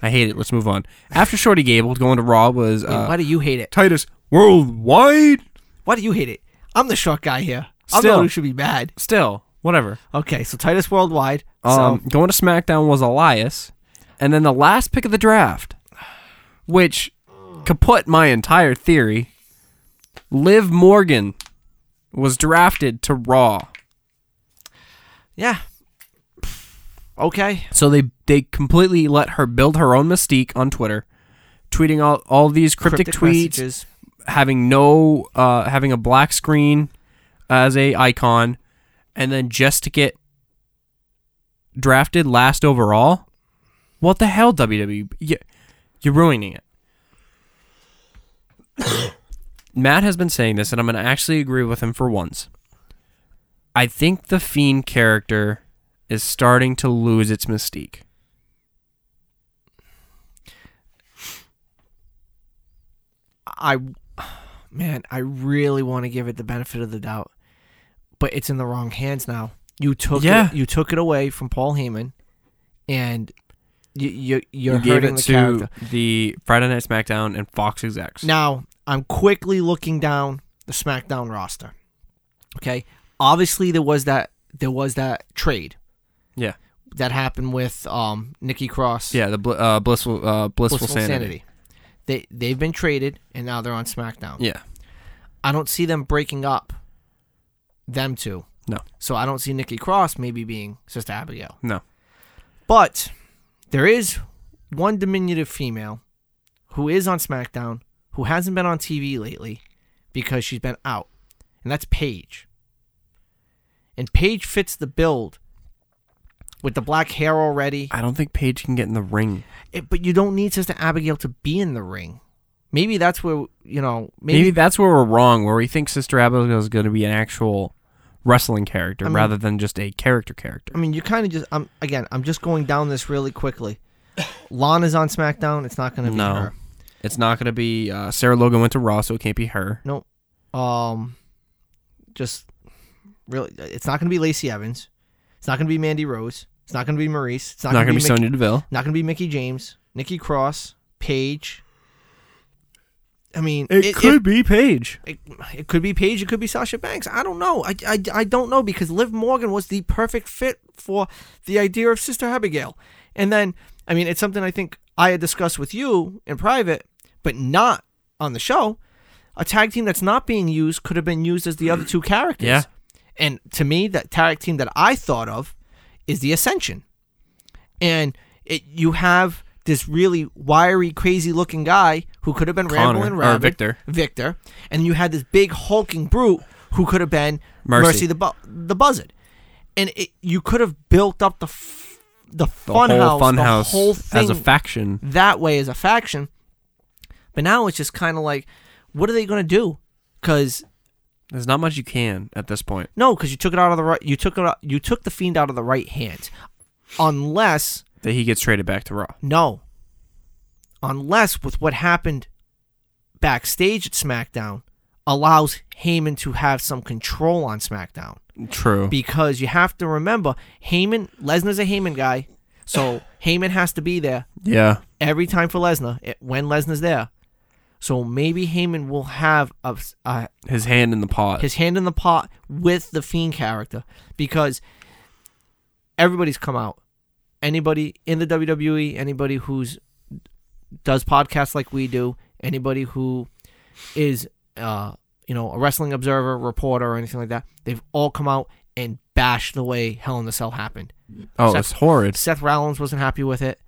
Speaker 1: I hate it. Let's move on. After Shorty Gable going to Raw was
Speaker 2: Wait,
Speaker 1: uh,
Speaker 2: why do you hate it?
Speaker 1: Titus Worldwide.
Speaker 2: Why do you hate it? I'm the short guy here. I'm the
Speaker 1: Still.
Speaker 2: one who should be mad.
Speaker 1: Still, whatever.
Speaker 2: Okay, so Titus Worldwide.
Speaker 1: Um,
Speaker 2: so
Speaker 1: going to SmackDown was Elias, and then the last pick of the draft, which kaput my entire theory. Liv Morgan was drafted to Raw,
Speaker 2: yeah. Okay.
Speaker 1: so they they completely let her build her own mystique on Twitter, tweeting all all these cryptic, tweets,
Speaker 2: messages.
Speaker 1: having no uh, having a black screen as a icon, and then just to get drafted last overall, what the hell, WWE? You- You're ruining it. Matt has been saying this, and I'm going to actually agree with him for once. I think the Fiend character is starting to lose its mystique.
Speaker 2: I, man, I really want to give it the benefit of the doubt, but it's in the wrong hands now. You took
Speaker 1: Yeah.
Speaker 2: it, you took it away from Paul Heyman, and you, you you're
Speaker 1: you gave
Speaker 2: hurting
Speaker 1: it
Speaker 2: the
Speaker 1: to
Speaker 2: character.
Speaker 1: the Friday Night SmackDown and Fox execs.
Speaker 2: Now I'm quickly looking down the SmackDown roster. Okay, obviously there was that there was that trade
Speaker 1: yeah,
Speaker 2: that happened with um Nikki Cross.
Speaker 1: yeah, the bl- uh, blissful, uh, blissful,
Speaker 2: Blissful
Speaker 1: sanity.
Speaker 2: Sanity. They they've been traded and now they're on SmackDown.
Speaker 1: Yeah,
Speaker 2: I don't see them breaking up them two.
Speaker 1: no,
Speaker 2: So I don't see Nikki Cross maybe being Sister Abigail.
Speaker 1: no,
Speaker 2: But there is one diminutive female who is on SmackDown who hasn't been on TV lately because she's been out, and that's Paige. And Paige fits the build with the black hair already.
Speaker 1: I don't think Paige can get in the ring.
Speaker 2: It- Eh, but you don't need Sister Abigail to be in the ring. Maybe that's where you know
Speaker 1: Maybe,
Speaker 2: maybe,
Speaker 1: that's where we're wrong, where we think Sister Abigail is going to be an actual wrestling character
Speaker 2: I mean-
Speaker 1: rather than just a character character.
Speaker 2: I mean you kind of just I'm again I'm just going down this really quickly. Lana's on SmackDown. It's not going to be
Speaker 1: No.
Speaker 2: her.
Speaker 1: It's not going to be uh, Sarah Logan went to Raw, so it can't be her.
Speaker 2: No. Um. Just really, it's not going to be Lacey Evans. It's not going to be Mandy Rose. It's not going to be Maurice. It's
Speaker 1: Not,
Speaker 2: not,
Speaker 1: going to be
Speaker 2: Mickey,
Speaker 1: Sonya Deville.
Speaker 2: Not going to be Mickey James. Nikki Cross. Paige. I mean,
Speaker 1: be Paige.
Speaker 2: It, it could be Paige. It could be Sasha Banks. I don't know. I, I, I don't know because Liv Morgan was the perfect fit for the idea of Sister Abigail. And then, I mean, it's something I think I had discussed with you in private, but not on the show. A tag team that's not being used could have been used as the other two characters.
Speaker 1: Yeah.
Speaker 2: And to me, that tag team that I thought of is the Ascension. And it, you have this really wiry, crazy looking guy who could have been
Speaker 1: Connor,
Speaker 2: Ramblin'
Speaker 1: or
Speaker 2: Rabbit.
Speaker 1: Victor.
Speaker 2: Victor, and you had this big hulking brute who could have been
Speaker 1: Mercy.
Speaker 2: Mercy, the bu- the Buzzard, and it, you could have built up the f- the
Speaker 1: The
Speaker 2: fun
Speaker 1: whole
Speaker 2: house,
Speaker 1: Funhouse
Speaker 2: the whole thing
Speaker 1: as a faction.
Speaker 2: that way as a faction. But now it's just kind of like, what are they gonna do? Because
Speaker 1: There's not much you can at this point.
Speaker 2: no, because you took it out of the right, you took it, out, you took the fiend out of the right hand, unless
Speaker 1: That he gets traded back to Raw.
Speaker 2: No. Unless with what happened backstage at SmackDown allows Heyman to have some control on SmackDown.
Speaker 1: True.
Speaker 2: Because you have to remember, Heyman, Lesnar's a Heyman guy. So Heyman has to be there
Speaker 1: yeah.
Speaker 2: every time for Lesnar eh, when Lesnar's there. So maybe Heyman will have a, a,
Speaker 1: His hand in the pot.
Speaker 2: his hand in the pot with the Fiend character because everybody's come out. Anybody in the WWE, anybody who's does podcasts like we do, anybody who is uh, you know a wrestling observer, reporter, or anything like that, they've all come out and bashed the way Hell in the Cell happened.
Speaker 1: oh,
Speaker 2: Seth-
Speaker 1: it's horrid.
Speaker 2: Seth Rollins wasn't happy with it.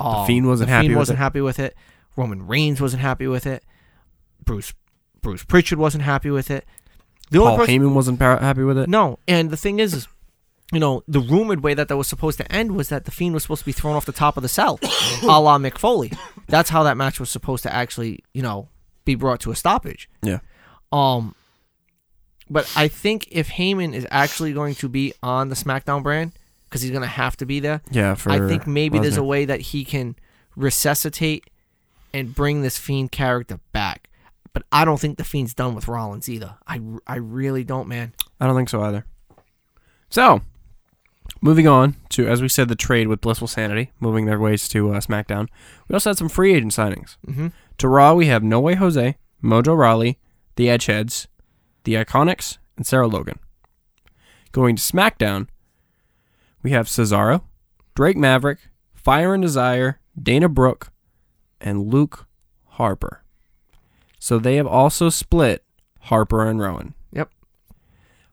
Speaker 2: Um,
Speaker 1: Fiend wasn't happy
Speaker 2: Fiend
Speaker 1: with
Speaker 2: wasn't
Speaker 1: it.
Speaker 2: happy with it. Roman Reigns wasn't happy with it. Bruce Bruce Pritchard wasn't happy with it. The
Speaker 1: Paul Heyman wasn't par- happy with it.
Speaker 2: no, and the thing is, is you know, the rumored way that that was supposed to end was that the Fiend was supposed to be thrown off the top of the cell, a la Mick Foley. That's how that match was supposed to actually, you know, be brought to a stoppage.
Speaker 1: Yeah.
Speaker 2: Um, but I think if Heyman is actually going to be on the SmackDown brand, because he's going to have to be there,
Speaker 1: Yeah. For
Speaker 2: I think maybe there's a
Speaker 1: Lesnar.
Speaker 2: way that he can resuscitate and bring this Fiend character back. But I don't think the Fiend's done with Rollins either. I, I really don't, man.
Speaker 1: I don't think so either. So, moving on to as we said, the trade with Blissful Sanity moving their ways to uh, SmackDown. We also had some free agent signings.
Speaker 2: Mm-hmm.
Speaker 1: To Raw, we have No Way Jose, Mojo Rawley, The Edgeheads, The Iconics, and Sarah Logan. Going to SmackDown, we have Cesaro, Drake Maverick, Fire and Desire, Dana Brooke, and Luke Harper. So they have also split Harper and Rowan.
Speaker 2: Yep.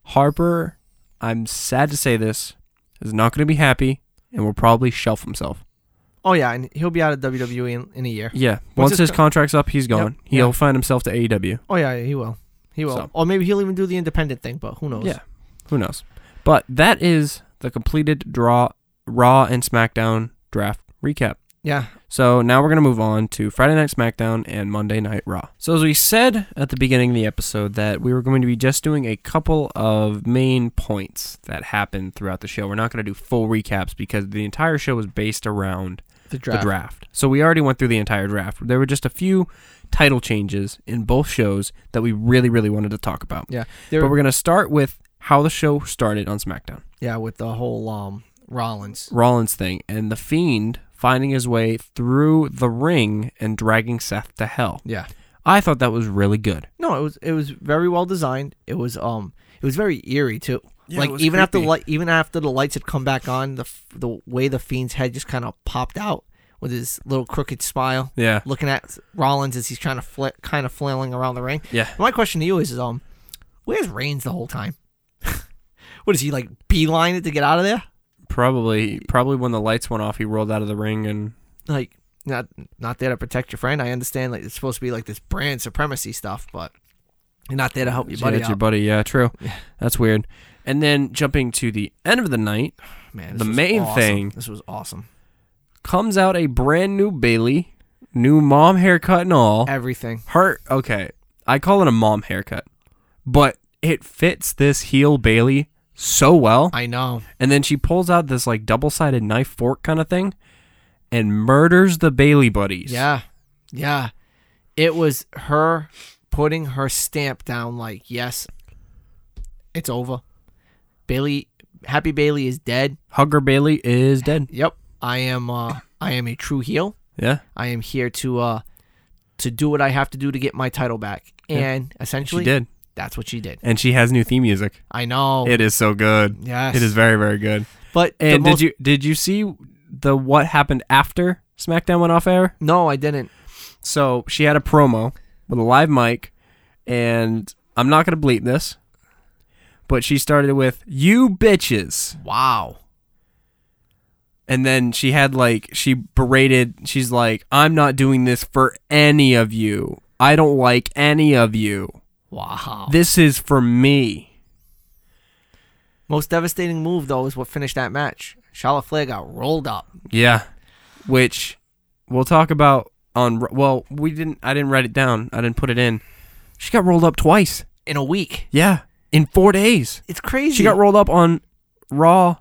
Speaker 1: Harper, I'm sad to say this, is not going to be happy and will probably shelf himself.
Speaker 2: Oh yeah, and he'll be out of WWE in, in a year.
Speaker 1: Yeah. Once,
Speaker 2: Once
Speaker 1: his,
Speaker 2: his con-
Speaker 1: contract's up, he's gone.
Speaker 2: Yep.
Speaker 1: He'll
Speaker 2: Yeah.
Speaker 1: find himself to E AEW.
Speaker 2: Oh yeah, he will. He will.
Speaker 1: So.
Speaker 2: Or maybe he'll even do the independent thing, but who knows?
Speaker 1: Yeah. Who knows? But that is the completed draw Raw and SmackDown draft recap.
Speaker 2: Yeah.
Speaker 1: So now we're going to move on to Friday Night SmackDown and Monday Night Raw. So, as we said at the beginning of the episode, that we were going to be just doing a couple of main points that happened throughout the show. We're not going to do full recaps because the entire show was based around
Speaker 2: The draft.
Speaker 1: the draft. So, we already went through the entire draft. There were just a few title changes in both shows that we really, really wanted to talk about.
Speaker 2: Yeah.
Speaker 1: But
Speaker 2: There,
Speaker 1: we're going to start with how the show started on SmackDown.
Speaker 2: yeah, with the whole um Rollins.
Speaker 1: Rollins thing and the Fiend finding his way through the ring and dragging Seth to hell.
Speaker 2: Yeah.
Speaker 1: I thought that was really good.
Speaker 2: No, it was it was very well designed. It was um it was very eerie too.
Speaker 1: Yeah,
Speaker 2: like
Speaker 1: it was
Speaker 2: even after
Speaker 1: creepy.
Speaker 2: light, even after the lights had come back on, the f- the way the fiend's head just kind of popped out with his little crooked smile,
Speaker 1: Yeah.
Speaker 2: looking at Rollins as he's trying to fl- kind of flailing around the ring.
Speaker 1: Yeah.
Speaker 2: My question to you is, is um, where's Reigns the whole time? what is he like beeline it to get out of there?
Speaker 1: Probably probably when the lights went off he rolled out of the ring and
Speaker 2: Like not not there to protect your friend. I understand like it's supposed to be like this brand supremacy stuff, but you're not there to help your
Speaker 1: Yeah,
Speaker 2: buddy
Speaker 1: it's your
Speaker 2: out.
Speaker 1: buddy. Yeah, true. That's weird. And then jumping to the end of the night,
Speaker 2: Man, this
Speaker 1: the
Speaker 2: was
Speaker 1: main
Speaker 2: awesome.
Speaker 1: thing-
Speaker 2: This was awesome.
Speaker 1: comes out a brand new Bailey, new mom haircut and all.
Speaker 2: Everything.
Speaker 1: Her okay. I call it a mom haircut. But it fits this heel Bailey so well.
Speaker 2: I know.
Speaker 1: And then she pulls out this like double sided knife fork kind of thing and murders the Bailey buddies.
Speaker 2: Yeah. Yeah. It was her putting her stamp down like, yes, it's over. Bailey Happy Bailey is dead.
Speaker 1: Hugger Bailey is dead.
Speaker 2: Yep. I am uh I am a true heel.
Speaker 1: Yeah.
Speaker 2: I am here to uh to do what I have to do to get my title back. And
Speaker 1: She
Speaker 2: essentially
Speaker 1: did.
Speaker 2: that's what she did.
Speaker 1: And she has new theme music.
Speaker 2: I know.
Speaker 1: It is so good.
Speaker 2: Oh. yes.
Speaker 1: It is very, very good.
Speaker 2: But
Speaker 1: And did you did you see the what happened after SmackDown went off air?
Speaker 2: No, I didn't.
Speaker 1: So she had a promo with a live mic, and I'm not gonna bleep this. But she started with "You bitches,"
Speaker 2: Wow.
Speaker 1: And then she had like she berated. She's like, "I'm not doing this for any of you. I don't like any of you.
Speaker 2: Wow.
Speaker 1: This is for me."
Speaker 2: Most devastating move though is what finished that match. Charlotte Flair got rolled up.
Speaker 1: Yeah, which we'll talk about on. Well, we didn't. I didn't write it down. I didn't put it in. She got rolled up twice.
Speaker 2: in a week.
Speaker 1: Yeah, in four days.
Speaker 2: It's crazy.
Speaker 1: She got rolled up on Raw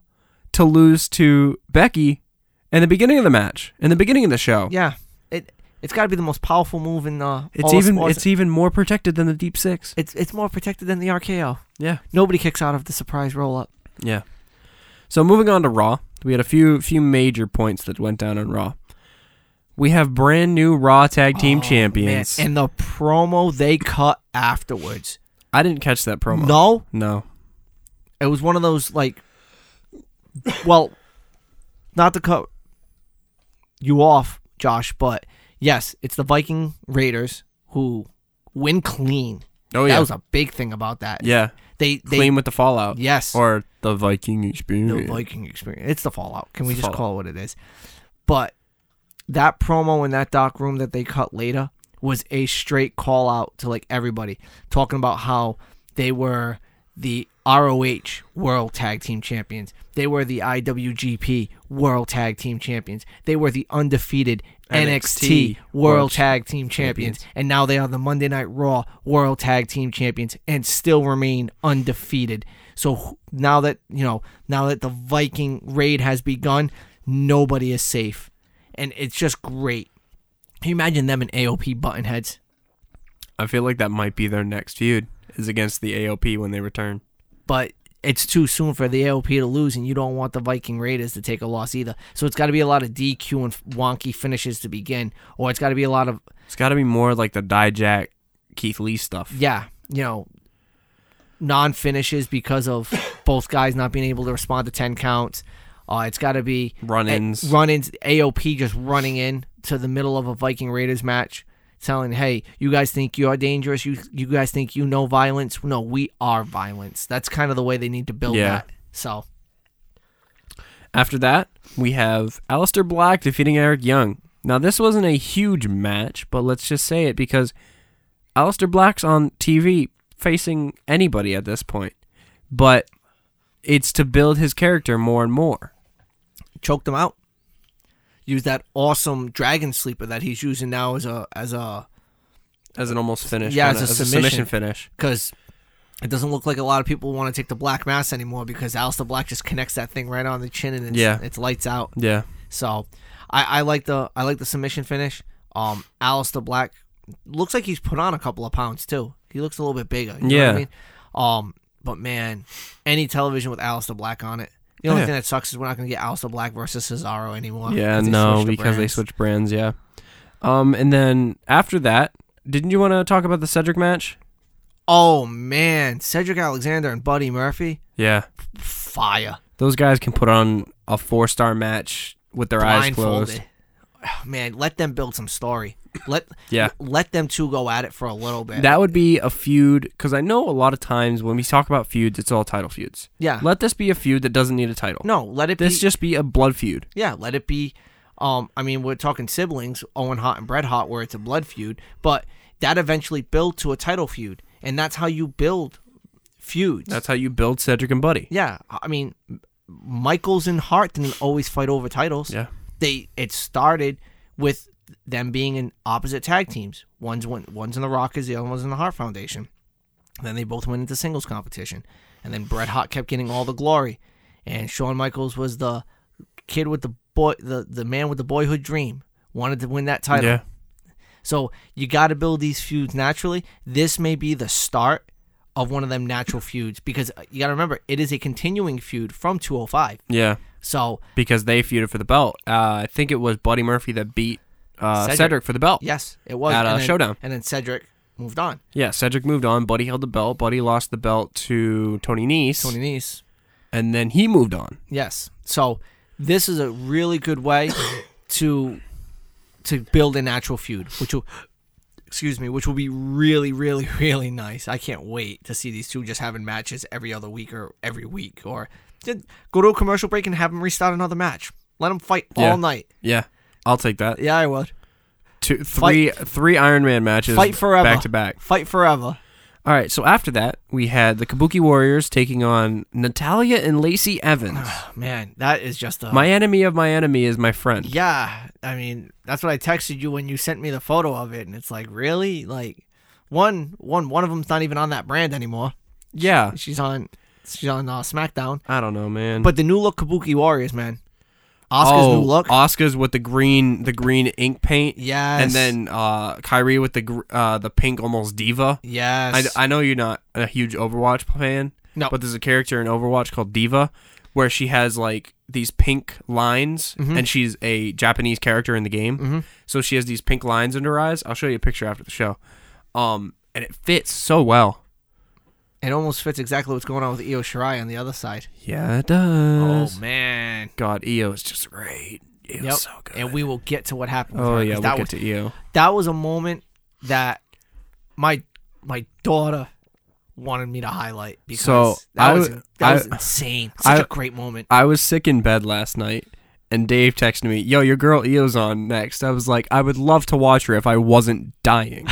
Speaker 1: to lose to Becky in the beginning of the match, in the beginning of the show.
Speaker 2: Yeah, it it's got to be the most powerful move in uh,
Speaker 1: Oh. It's
Speaker 2: all of
Speaker 1: even
Speaker 2: sports.
Speaker 1: it's e- even more protected than the deep six.
Speaker 2: it's it's more protected than the RKO.
Speaker 1: Yeah.
Speaker 2: Nobody kicks out of the surprise roll up.
Speaker 1: Yeah. So moving on to Raw, we had a few few major points that went down on Raw. We have brand new Raw Tag Oh, Team Champions.
Speaker 2: Oh, and the promo they cut afterwards.
Speaker 1: I didn't catch that promo.
Speaker 2: No,
Speaker 1: No.
Speaker 2: it was one of those like, well, not to cut you off, Josh, but yes, it's the Viking Raiders who win clean.
Speaker 1: Oh
Speaker 2: That
Speaker 1: yeah.
Speaker 2: was a big thing about that.
Speaker 1: yeah.
Speaker 2: they they
Speaker 1: Clean with the Fallout.
Speaker 2: yes
Speaker 1: Or the Viking
Speaker 2: the
Speaker 1: experience.
Speaker 2: Viking experience. It's the Fallout. Can we
Speaker 1: It's the
Speaker 2: just call it what it is? But that promo in that doc room that they cut later was a straight call out to like everybody talking about how they were the ROH World Tag Team Champions. They were the IWGP World Tag Team Champions. They were the undefeated NXT,
Speaker 1: NXT
Speaker 2: World,
Speaker 1: World
Speaker 2: Tag Team champions. And now they are the Monday Night Raw World Tag Team Champions and still remain undefeated. So wh- now that, you know, now that the Viking raid has begun, nobody is safe. And it's just great. Can you imagine them in AOP button heads?
Speaker 1: I feel like that might be their next feud is against the AOP when they return.
Speaker 2: But it's too soon for the AOP to lose, and you don't want the Viking Raiders to take a loss either. So it's got to be a lot of DQ and wonky finishes to begin, or it's got to be a lot of
Speaker 1: It's got to be more like the DiJack Keith Lee stuff.
Speaker 2: yeah, you know, non finishes because of both guys not being able to respond to 10 counts. Uh, it's got to be
Speaker 1: Run-ins.
Speaker 2: run ins, AOP just running in to the middle of a Viking Raiders match, telling, hey, you guys think you are dangerous. You, you guys think you know violence. No, we are violence. That's kind of the way they need to build
Speaker 1: Yeah.
Speaker 2: that. So,
Speaker 1: After that, we have Aleister Black defeating Eric Young. Now, this wasn't a huge match, but let's just say it because Aleister Black's on TV facing anybody at this point. But it's to build his character more and more.
Speaker 2: choked him out. Used that awesome dragon sleeper that he's using now as a as a
Speaker 1: as an almost finish.
Speaker 2: Yeah,
Speaker 1: kinda-
Speaker 2: as a submission.
Speaker 1: finish.
Speaker 2: because it doesn't look like a lot of people want to take the black mass anymore because Alistair Black just connects that thing right on the chin and it's,
Speaker 1: Yeah.
Speaker 2: it's lights out.
Speaker 1: Yeah,
Speaker 2: So I, I like the I like the submission finish. Um, Alistair Black looks like he's put on a couple of pounds too. He looks a little bit bigger. You Know what I
Speaker 1: Yeah.
Speaker 2: mean? Um, but man, any television with Alistair Black on it. The only
Speaker 1: Yeah.
Speaker 2: thing that sucks is we're not going to get Alistair Black versus Cesaro anymore.
Speaker 1: yeah,
Speaker 2: they
Speaker 1: no,
Speaker 2: switched to
Speaker 1: because they
Speaker 2: brands.
Speaker 1: switched brands. Yeah, um, and then after that, didn't you want to talk about the Cedric match?
Speaker 2: Oh man, Cedric Alexander and Buddy Murphy,
Speaker 1: Yeah,
Speaker 2: fire,
Speaker 1: those guys can put on a four star match with their eyes closed.
Speaker 2: blindfolded. Oh, Man, let them build some story. Let
Speaker 1: Yeah.
Speaker 2: let them two go at it for a little bit.
Speaker 1: That would be a feud because I know a lot of times when we talk about feuds, it's all title feuds.
Speaker 2: yeah,
Speaker 1: Let this be a feud that doesn't need a title.
Speaker 2: Ah. no, let it
Speaker 1: This
Speaker 2: be.
Speaker 1: just be a blood feud.
Speaker 2: Yeah, let it be. Um, I mean, we're talking siblings, Owen Hart and Bret Hart, where it's a blood feud, but that eventually built to a title feud, and that's how you build feuds.
Speaker 1: That's how you build Cedric and Buddy.
Speaker 2: yeah, I mean, Michaels and Hart didn't always fight over titles.
Speaker 1: Yeah.
Speaker 2: they it started with them being in opposite tag teams. One's one, one's in the Rockers, the other one's in the Hart Foundation. Then they both went into singles competition, and then Bret Hart kept getting all the glory, and Shawn Michaels was the kid with the boy, the the man with the boyhood dream, wanted to win that title.
Speaker 1: Yeah.
Speaker 2: So you got to build these feuds naturally. This may be the start of one of them natural feuds because uh, you got to remember it is a continuing feud from 205.
Speaker 1: Yeah.
Speaker 2: So
Speaker 1: Because they feuded for the belt. Uh, I think it was Buddy Murphy that beat uh,
Speaker 2: Cedric.
Speaker 1: Cedric. for the belt.
Speaker 2: yes, it was
Speaker 1: At, uh,
Speaker 2: and then,
Speaker 1: Showdown.
Speaker 2: and then Cedric moved on.
Speaker 1: Yeah, Cedric moved on. Buddy held the belt. Buddy lost the belt to Tony Nese,
Speaker 2: Tony Nese.
Speaker 1: and then he moved on.
Speaker 2: Yes. So this is a really good way to to build a natural feud, which will excuse me, which will be really, really, really nice. I can't wait to see these two just having matches every other week or every week, or just go to a commercial break and have them restart another match. Let them fight
Speaker 1: Yeah.
Speaker 2: all night.
Speaker 1: Yeah, I'll take that.
Speaker 2: Yeah, I would
Speaker 1: Two, three, three Iron Man matches,
Speaker 2: fight forever,
Speaker 1: back to back.
Speaker 2: fight forever.
Speaker 1: All right. So after that, we had the Kabuki Warriors taking on Natalia and Lacey Evans.
Speaker 2: Man, that is just a
Speaker 1: my enemy of my enemy is my friend.
Speaker 2: Yeah, I mean, that's what I texted you when you sent me the photo of it, and it's like, really? Like, one, one, one of them's not even on that brand anymore.
Speaker 1: Yeah.
Speaker 2: She's on, she's on uh, SmackDown.
Speaker 1: I don't know, man.
Speaker 2: But the new look Kabuki Warriors, man. Oscar's
Speaker 1: oh,
Speaker 2: new look.
Speaker 1: Oscar's with the green, the green ink paint.
Speaker 2: yes.
Speaker 1: And then uh, Kyrie with the gr- uh, the pink almost diva. I,
Speaker 2: yes.
Speaker 1: I know you're not a huge Overwatch fan.
Speaker 2: No.
Speaker 1: But there's a character in Overwatch called Diva where she has like these pink lines
Speaker 2: Mm-hmm.
Speaker 1: and she's a Japanese character in the game. So she has these pink lines under her eyes. I'll show you a picture after the show. Um and it fits so well.
Speaker 2: it almost fits exactly what's going on with Io Shirai on the other side.
Speaker 1: Yeah, it does.
Speaker 2: man.
Speaker 1: Oh God, EO is just great. It
Speaker 2: Yep.
Speaker 1: was so good.
Speaker 2: And we will get to what happened. With
Speaker 1: oh
Speaker 2: her,
Speaker 1: yeah,
Speaker 2: 'cause
Speaker 1: we'll
Speaker 2: that
Speaker 1: get
Speaker 2: was
Speaker 1: to EO.
Speaker 2: that was a moment that my my daughter wanted me to highlight because
Speaker 1: So,
Speaker 2: that
Speaker 1: I
Speaker 2: was
Speaker 1: w-
Speaker 2: that was
Speaker 1: I-
Speaker 2: insane. Such a
Speaker 1: I-
Speaker 2: great moment.
Speaker 1: I was sick in bed last night, and Dave texted me, "Yo, your girl Eo's on next." I was like, "I would love to watch her if I wasn't dying."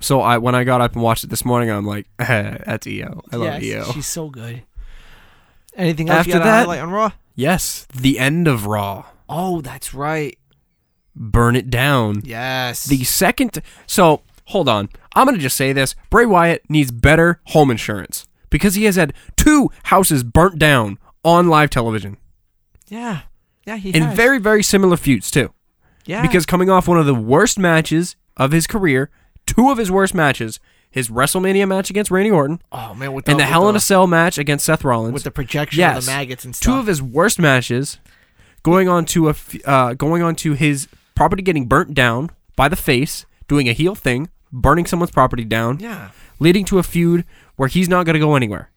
Speaker 1: so I, when I got up and watched it this morning, I'm like, eh, "That's Eo. I love E
Speaker 2: yes,
Speaker 1: Eo."
Speaker 2: she's so good. Anything else you
Speaker 1: After
Speaker 2: gotta
Speaker 1: that-
Speaker 2: highlight on Raw?
Speaker 1: Yes, the end of Raw,
Speaker 2: Oh, that's right.
Speaker 1: burn it down.
Speaker 2: Yes.
Speaker 1: The second, so hold on, I'm gonna just say this: Bray Wyatt needs better home insurance because he has had two houses burnt down on live television
Speaker 2: yeah. Yeah, he
Speaker 1: in
Speaker 2: has.
Speaker 1: very, very similar feuds too.
Speaker 2: yeah.
Speaker 1: because coming off one of the worst matches of his career, two of his worst matches, his WrestleMania match against Randy Orton
Speaker 2: oh man, with the,
Speaker 1: and the
Speaker 2: with
Speaker 1: Hell in
Speaker 2: the-
Speaker 1: a Cell match against Seth Rollins.
Speaker 2: with the projection of
Speaker 1: Yes.
Speaker 2: the maggots and stuff.
Speaker 1: two of his worst matches, going on to a f- uh, going on to his property getting burnt down by the face, doing a heel thing, burning someone's property down,
Speaker 2: yeah.
Speaker 1: leading to a feud where he's not going to go anywhere.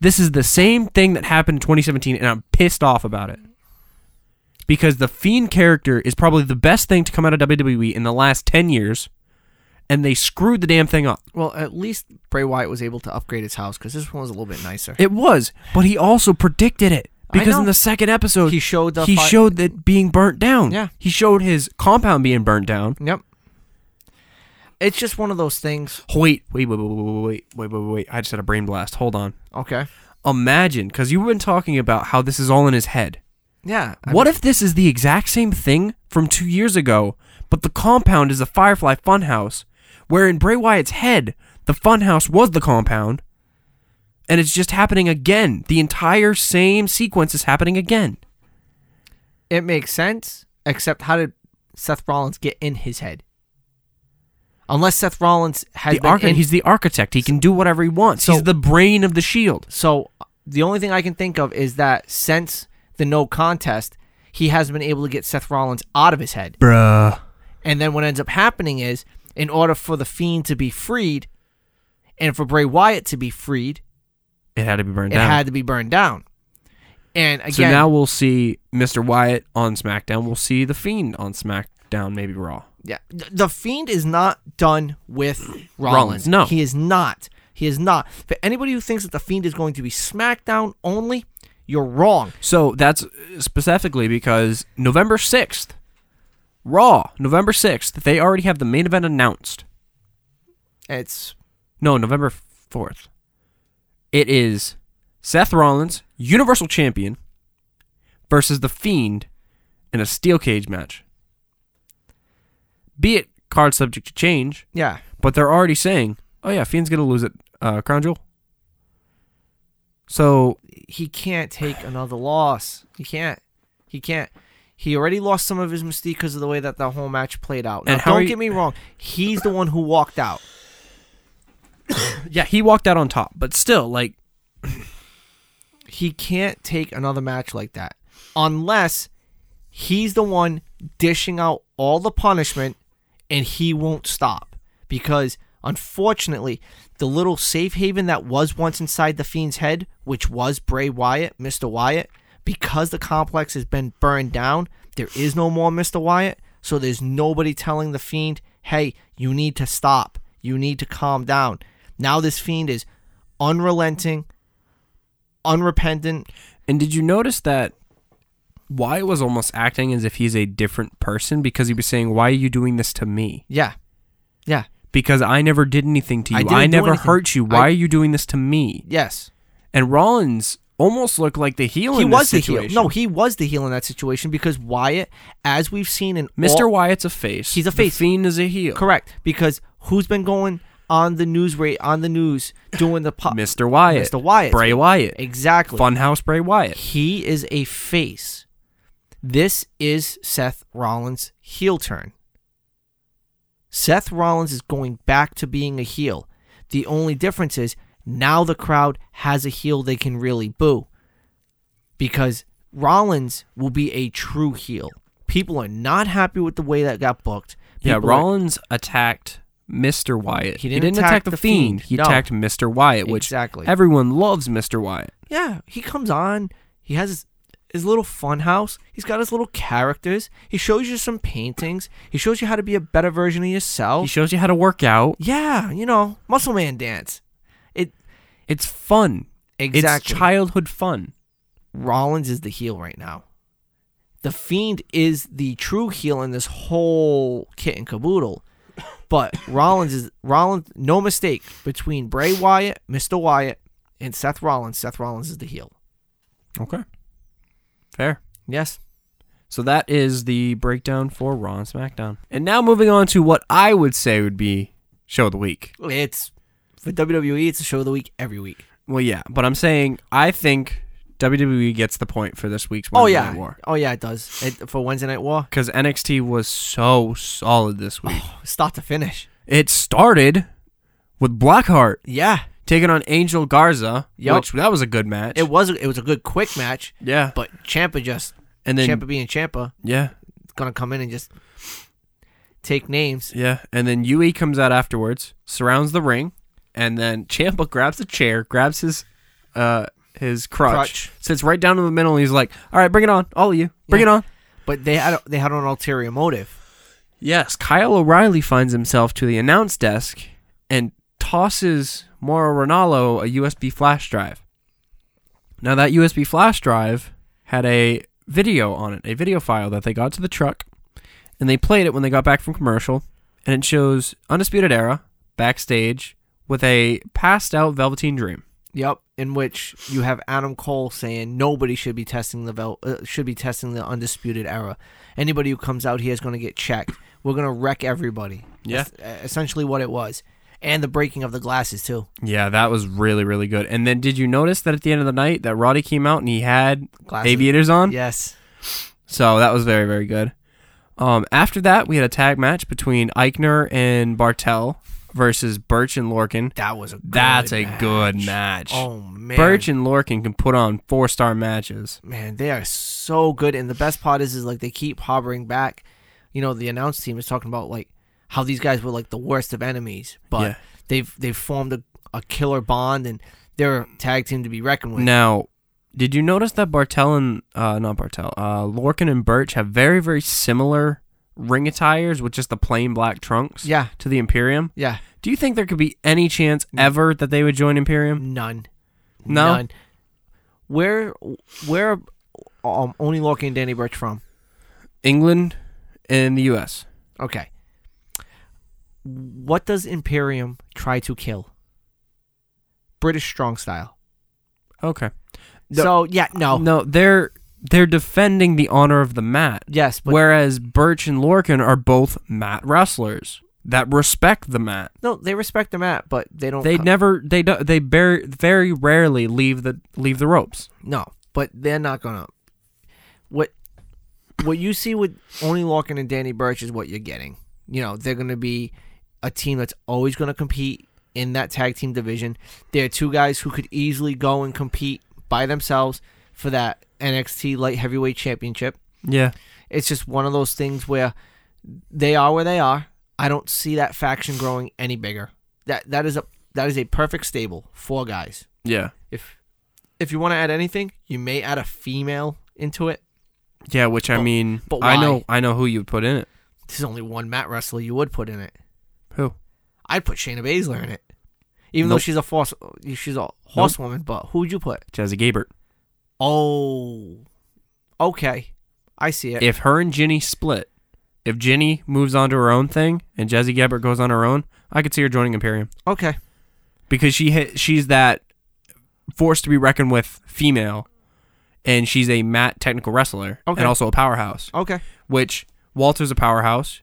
Speaker 1: This is the same thing that happened in 2017, and I'm pissed off about it. Because the Fiend character is probably the best thing to come out of WWE in the last 10 years, and they screwed the damn thing up.
Speaker 2: Well, at least Bray Wyatt was able to upgrade his house because this one was a little bit nicer.
Speaker 1: It was, but he also predicted it.
Speaker 2: I
Speaker 1: Because in
Speaker 2: know.
Speaker 1: the second episode,
Speaker 2: He showed the
Speaker 1: he
Speaker 2: fi-
Speaker 1: showed that being burnt down.
Speaker 2: Yeah.
Speaker 1: He showed his compound being burnt down.
Speaker 2: Yep. It's just one of those things.
Speaker 1: Wait, wait, wait, wait, wait, wait, wait, wait, wait, wait. I just had a brain blast. Hold on.
Speaker 2: Okay.
Speaker 1: imagine, because you've been talking about how this is all in his head.
Speaker 2: Yeah. I
Speaker 1: what if this is the exact same thing from two years ago, but the compound is the Firefly Funhouse, where in Bray Wyatt's head, the Funhouse was the compound, and it's just happening again. The entire same sequence is happening again.
Speaker 2: mean, it makes sense, except how did Seth Rollins get in his head? Unless Seth Rollins had
Speaker 1: The
Speaker 2: been
Speaker 1: archi-
Speaker 2: in-
Speaker 1: he's the architect. He can do whatever he wants.
Speaker 2: So-
Speaker 1: he's the brain of the shield.
Speaker 2: So the only thing I can think of is that since the no contest, he hasn't been able to get Seth Rollins out of his head.
Speaker 1: Bruh.
Speaker 2: And then what ends up happening is, in order for the Fiend to be freed, and for Bray Wyatt to be freed,
Speaker 1: It had to be burned
Speaker 2: it
Speaker 1: down.
Speaker 2: had to be burned down. And again,
Speaker 1: so now we'll see Mr. Wyatt on SmackDown. We'll see The Fiend on SmackDown, maybe Raw.
Speaker 2: yeah, th- the Fiend is not done with Rollins.
Speaker 1: Rollins, no.
Speaker 2: he is not. He is not. For anybody who thinks that the Fiend is going to be SmackDown only, you're wrong.
Speaker 1: So that's specifically because November 6th, Raw, November 6th, they already have the main event announced.
Speaker 2: It's
Speaker 1: No, November 4th. It is Seth Rollins, Universal Champion, versus The Fiend in a steel cage match. Be it card subject to change,
Speaker 2: yeah.
Speaker 1: but they're already saying, oh yeah, Fiend's going to lose it, uh, Crown Jewel. So
Speaker 2: he can't take another loss. He can't. He can't. He already lost some of his mystique because of the way that the whole match played out. Now,
Speaker 1: And how
Speaker 2: don't
Speaker 1: are you-
Speaker 2: get me wrong. He's the one who walked out.
Speaker 1: yeah, he walked out on top, but still, like,
Speaker 2: He can't take another match like that unless he's the one dishing out all the punishment and he won't stop because unfortunately the little safe haven that was once inside the fiend's head which was bray wyatt mr wyatt because the complex has been burned down there is no more mr wyatt so there's nobody telling the fiend hey you need to stop you need to calm down now this fiend is unrelenting unrepentant
Speaker 1: And did you notice that Wyatt was almost acting as if he's a different person because he was saying, "Why are you doing this to me?
Speaker 2: yeah yeah
Speaker 1: Because I never did anything to
Speaker 2: I
Speaker 1: you.
Speaker 2: didn't
Speaker 1: I,
Speaker 2: do
Speaker 1: never
Speaker 2: anything.
Speaker 1: hurt you. Why
Speaker 2: I-
Speaker 1: are you doing this to me?"
Speaker 2: yes
Speaker 1: And Rollins almost looked like the heel
Speaker 2: he
Speaker 1: in this
Speaker 2: was the
Speaker 1: situation.
Speaker 2: heel. No, he was the heel in that situation because Wyatt, as we've seen in
Speaker 1: Mr.
Speaker 2: all-
Speaker 1: Wyatt's a face.
Speaker 2: He's a
Speaker 1: The
Speaker 2: face.
Speaker 1: Fiend is a heel.
Speaker 2: correct because who's been going on the news rate on the news doing the po-
Speaker 1: Mr. Wyatt.
Speaker 2: Mr. Wyatt.
Speaker 1: Bray Wyatt.
Speaker 2: exactly.
Speaker 1: Funhouse Bray Wyatt.
Speaker 2: He is a face. This is Seth Rollins' heel turn. Seth Rollins is going back to being a heel. The only difference is now the crowd has a heel they can really boo because Rollins will be a true heel. People are not happy with the way that got booked.
Speaker 1: Yeah,
Speaker 2: People are-
Speaker 1: Rollins attacked Mr. Wyatt.
Speaker 2: He didn't attack the Fiend.
Speaker 1: He
Speaker 2: No.
Speaker 1: attacked Mr. Wyatt, which
Speaker 2: Exactly.
Speaker 1: everyone loves Mr. Wyatt.
Speaker 2: Yeah, he comes on. He has his, his little fun house. He's got his little characters. He shows you some paintings. He shows you how to be a better version of
Speaker 1: He
Speaker 2: yourself.
Speaker 1: shows you how to work out.
Speaker 2: yeah, you know, muscle man dance. It
Speaker 1: It's fun.
Speaker 2: exactly.
Speaker 1: It's childhood fun.
Speaker 2: Rollins is the heel right now. The Fiend is the true heel in this whole kit and caboodle. But Rollins is Rollins. No mistake between Bray Wyatt, Mister Wyatt, and Seth Rollins. Seth Rollins is the heel.
Speaker 1: Okay. Fair.
Speaker 2: Yes.
Speaker 1: So that is the breakdown for Raw and SmackDown. And now moving on to what I would say would be show of the week.
Speaker 2: It's for WWE. It's a show of the week every week.
Speaker 1: Well, yeah, but I'm saying I think WWE gets the point for this week's
Speaker 2: Oh
Speaker 1: Wednesday
Speaker 2: yeah,
Speaker 1: War
Speaker 2: oh yeah, it does. It, for Wednesday Night War,
Speaker 1: because NXT was so solid this week.
Speaker 2: start to finish.
Speaker 1: It started with Blackheart
Speaker 2: Yeah,
Speaker 1: taking on Angel Garza,
Speaker 2: Yep.
Speaker 1: which that was a good match.
Speaker 2: it was it was a good quick match,
Speaker 1: yeah,
Speaker 2: but Champa just
Speaker 1: and then
Speaker 2: Champa being Champa
Speaker 1: yeah,
Speaker 2: is gonna come in and just take names.
Speaker 1: Yeah, and then Yui comes out afterwards, surrounds the ring, and then Champa grabs a chair, grabs his uh his crutch,
Speaker 2: Crutch.
Speaker 1: sits right down in the middle, and he's like, "All right, bring it on, all of you, bring
Speaker 2: Yeah.
Speaker 1: it on."
Speaker 2: But they had they had an ulterior motive.
Speaker 1: Yes, Kyle O'Reilly finds himself to the announce desk and tosses Mauro Ronaldo a USB flash drive. Now that USB flash drive had a video on it, a video file that they got to the truck, and they played it when they got back from commercial, and it shows Undisputed Era backstage with a passed out Velveteen Dream.
Speaker 2: Yep, in which you have Adam Cole saying nobody should be testing the vel- uh, should be testing the undisputed era. Anybody who comes out here is going to get checked. We're going to wreck everybody.
Speaker 1: Yeah.
Speaker 2: That's uh, essentially what it was, and the breaking of the glasses too.
Speaker 1: Yeah, that was really, really good. And then did you notice that at the end of the night that Roddy came out and he had
Speaker 2: Glasses.
Speaker 1: aviators on?
Speaker 2: Yes.
Speaker 1: So that was very, very good. Um, after that, we had a tag match between Eichner and Bartel versus Birch and Lorkin.
Speaker 2: That was a. Good
Speaker 1: That's a
Speaker 2: match.
Speaker 1: good match.
Speaker 2: Oh man.
Speaker 1: Birch and Lorkin can put on four star matches.
Speaker 2: man, they are so good. And the best part is, is like they keep hovering back. You know, the announce team is talking about like how these guys were like the worst of enemies, but
Speaker 1: Yeah.
Speaker 2: they've they've formed a, a killer bond and they're a tag team to be reckoned with.
Speaker 1: Now, did you notice that Bartel and uh, not Bartel, uh, Lorkin and Birch have very, very similar ring attires with just the plain black trunks
Speaker 2: Yeah,
Speaker 1: to the Imperium?
Speaker 2: yeah,
Speaker 1: Do you think there could be any chance ever that they would join Imperium?
Speaker 2: none.
Speaker 1: No?
Speaker 2: None. Where where um only Lorcan and Danny Birch from?
Speaker 1: England and the U.S.
Speaker 2: Okay. What does Imperium try to kill? British strong style.
Speaker 1: Okay. No.
Speaker 2: So yeah, no.
Speaker 1: No, they're they're defending the honor of the mat,
Speaker 2: Yes, but
Speaker 1: whereas Birch and Lorcan are both mat wrestlers that respect the mat.
Speaker 2: No, they respect the mat, but they don't.
Speaker 1: They
Speaker 2: co-
Speaker 1: never they do, they very very rarely leave the leave the ropes.
Speaker 2: no, but they're not gonna. What what you see with Oni Larkin and Danny Burch is what you're getting. You know, they're gonna be a team that's always gonna compete in that tag team division. They're two guys who could easily go and compete by themselves for that NXT light heavyweight championship.
Speaker 1: Yeah.
Speaker 2: It's just one of those things where they are where they are. I don't see that faction growing any bigger. That that is a that is a perfect stable. Four guys.
Speaker 1: Yeah.
Speaker 2: if if you want to add anything, you may add a female into it.
Speaker 1: Yeah, which I
Speaker 2: But-
Speaker 1: mean
Speaker 2: but
Speaker 1: I
Speaker 2: why?
Speaker 1: know I know who you would put in it.
Speaker 2: There's only one mat wrestler you would put in it.
Speaker 1: Who?
Speaker 2: I'd put Shayna Baszler in it, even though
Speaker 1: Nope.
Speaker 2: she's a force, she's a horsewoman. But who'd you put?
Speaker 1: Jazzy Gabert.
Speaker 2: Oh, okay, I see it.
Speaker 1: If her and Ginny split, if Ginny moves on to her own thing and Jazzy Gabert goes on her own, I could see her joining Imperium.
Speaker 2: okay,
Speaker 1: because she ha- she's that forced to be reckoned with female, and she's a mat technical wrestler
Speaker 2: Okay.
Speaker 1: and also a powerhouse.
Speaker 2: okay,
Speaker 1: Which Walter's a powerhouse.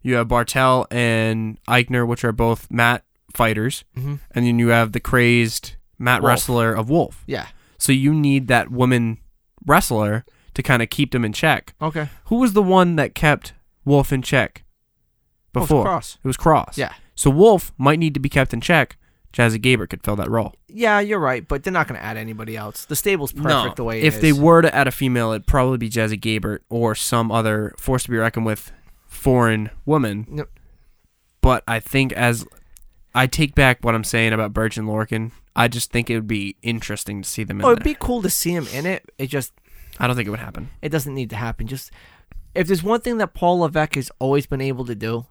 Speaker 1: You have Bartel and Eichner, which are both mat fighters,
Speaker 2: Mhm.
Speaker 1: and then you have the crazed mat
Speaker 2: Wolf.
Speaker 1: wrestler of Wolf.
Speaker 2: yeah,
Speaker 1: So you need that woman wrestler to kind of keep them in check.
Speaker 2: okay.
Speaker 1: Who was the one that kept Wolf in check
Speaker 2: Oh, it's
Speaker 1: before?
Speaker 2: Cross.
Speaker 1: It was Cross.
Speaker 2: Yeah.
Speaker 1: So Wolf might need to be kept in check. Jazzy Gaber could fill that role.
Speaker 2: Yeah, you're right, but they're not going to add anybody else. The stable's perfect the way it
Speaker 1: if
Speaker 2: is.
Speaker 1: they were to add a female, it'd probably be Jazzy Gabert or some other force to be reckoned with foreign woman.
Speaker 2: No.
Speaker 1: But I think as I take back what I'm saying about Birch and Lorcan, I just think it would be interesting to see them in
Speaker 2: oh,
Speaker 1: there.
Speaker 2: it'd be cool to see him in it. It just
Speaker 1: I don't think it would happen.
Speaker 2: It doesn't need to happen. Just if there's one thing that Paul Levesque has always been able to do,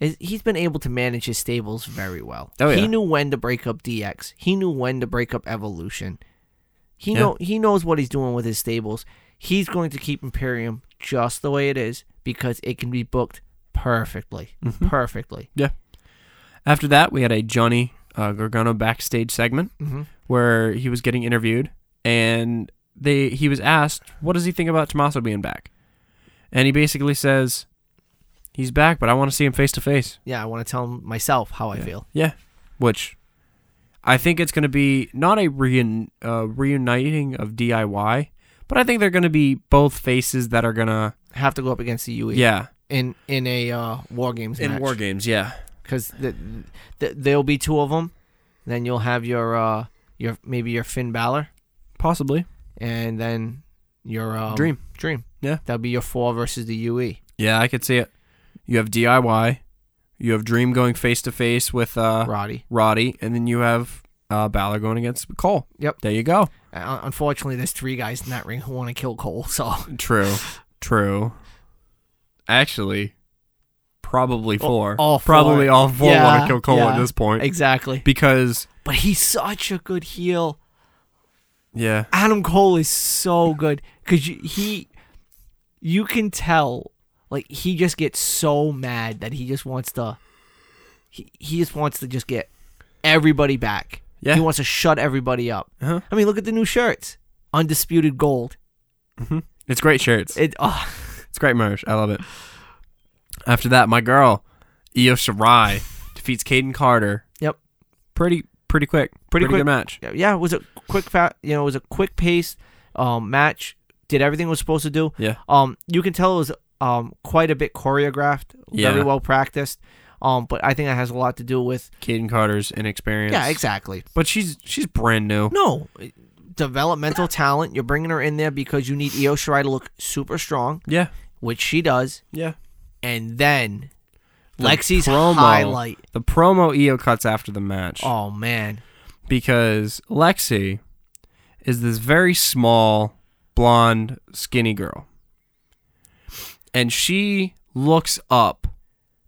Speaker 2: is he's been able to manage his stables very well.
Speaker 1: Oh, yeah.
Speaker 2: He knew when to break up DX. He knew when to break up Evolution. He
Speaker 1: Yeah.
Speaker 2: know he knows what he's doing with his stables. He's going to keep Imperium just the way it is because it can be booked perfectly,
Speaker 1: Hmm.
Speaker 2: perfectly.
Speaker 1: After that, we had a Johnny uh, Gargano backstage segment
Speaker 2: Mhm.
Speaker 1: where he was getting interviewed, and they he was asked, "What does he think about Tommaso being back?" And he basically says, "He's back, but I want to see him face to face."
Speaker 2: Yeah, I want to tell him myself how I feel.
Speaker 1: Yeah, which I think it's going to be not a reun- uh, reuniting of DIY, but I think they're going to be both faces that are going to
Speaker 2: Have to go up against the UE
Speaker 1: yeah
Speaker 2: in in a uh, war games match.
Speaker 1: games. Yeah,
Speaker 2: because the, the, there'll be two of them. Then you'll have your uh your maybe your Finn Balor
Speaker 1: possibly.
Speaker 2: and then your um,
Speaker 1: Dream.
Speaker 2: Dream.
Speaker 1: Yeah.
Speaker 2: that'll be your four versus the E, UE.
Speaker 1: Yeah, I could see it. You have DIY, you have Dream going face to face with uh,
Speaker 2: Roddy.
Speaker 1: Roddy, and then you have uh, Balor going against Cole.
Speaker 2: Yep.
Speaker 1: There you go.
Speaker 2: Uh, unfortunately, there's three guys in that ring who want to kill Cole. So
Speaker 1: True. True. Actually, probably four.
Speaker 2: all four.
Speaker 1: Probably all four want
Speaker 2: Yeah,
Speaker 1: to kill Cole at
Speaker 2: yeah.
Speaker 1: this point
Speaker 2: exactly.
Speaker 1: because
Speaker 2: But he's such a good heel.
Speaker 1: yeah.
Speaker 2: Adam Cole is so good because he, you can tell, like he just gets so mad that he just wants to, he, he just wants to just get everybody back.
Speaker 1: Yeah.
Speaker 2: He wants to shut everybody up.
Speaker 1: Uh-huh.
Speaker 2: I mean, look at the new shirts. Undisputed gold.
Speaker 1: It's great shirts.
Speaker 2: It oh,
Speaker 1: It's great merch. I love it. After that, my girl, Io Shirai, defeats Caden Carter.
Speaker 2: Yep.
Speaker 1: Pretty pretty quick.
Speaker 2: Pretty quick.
Speaker 1: good match.
Speaker 2: yeah, it was a quick fa- you know, it was a quick paced um, match. Did everything it was supposed to do.
Speaker 1: Yeah.
Speaker 2: Um, you can tell it was um quite a bit choreographed,
Speaker 1: Yeah.
Speaker 2: very well practiced. Um, but I think that has a lot to do with
Speaker 1: Caden Carter's inexperience.
Speaker 2: yeah, exactly.
Speaker 1: But she's she's brand new.
Speaker 2: No, developmental talent. You're bringing her in there because you need Io Shirai to look super strong,
Speaker 1: Yeah.
Speaker 2: which she does.
Speaker 1: Yeah.
Speaker 2: And then
Speaker 1: The
Speaker 2: Lexi's
Speaker 1: promo.
Speaker 2: highlight.
Speaker 1: The promo Io cuts after the match
Speaker 2: Oh man,
Speaker 1: because Lexi is this very small, blonde, skinny girl. And she looks up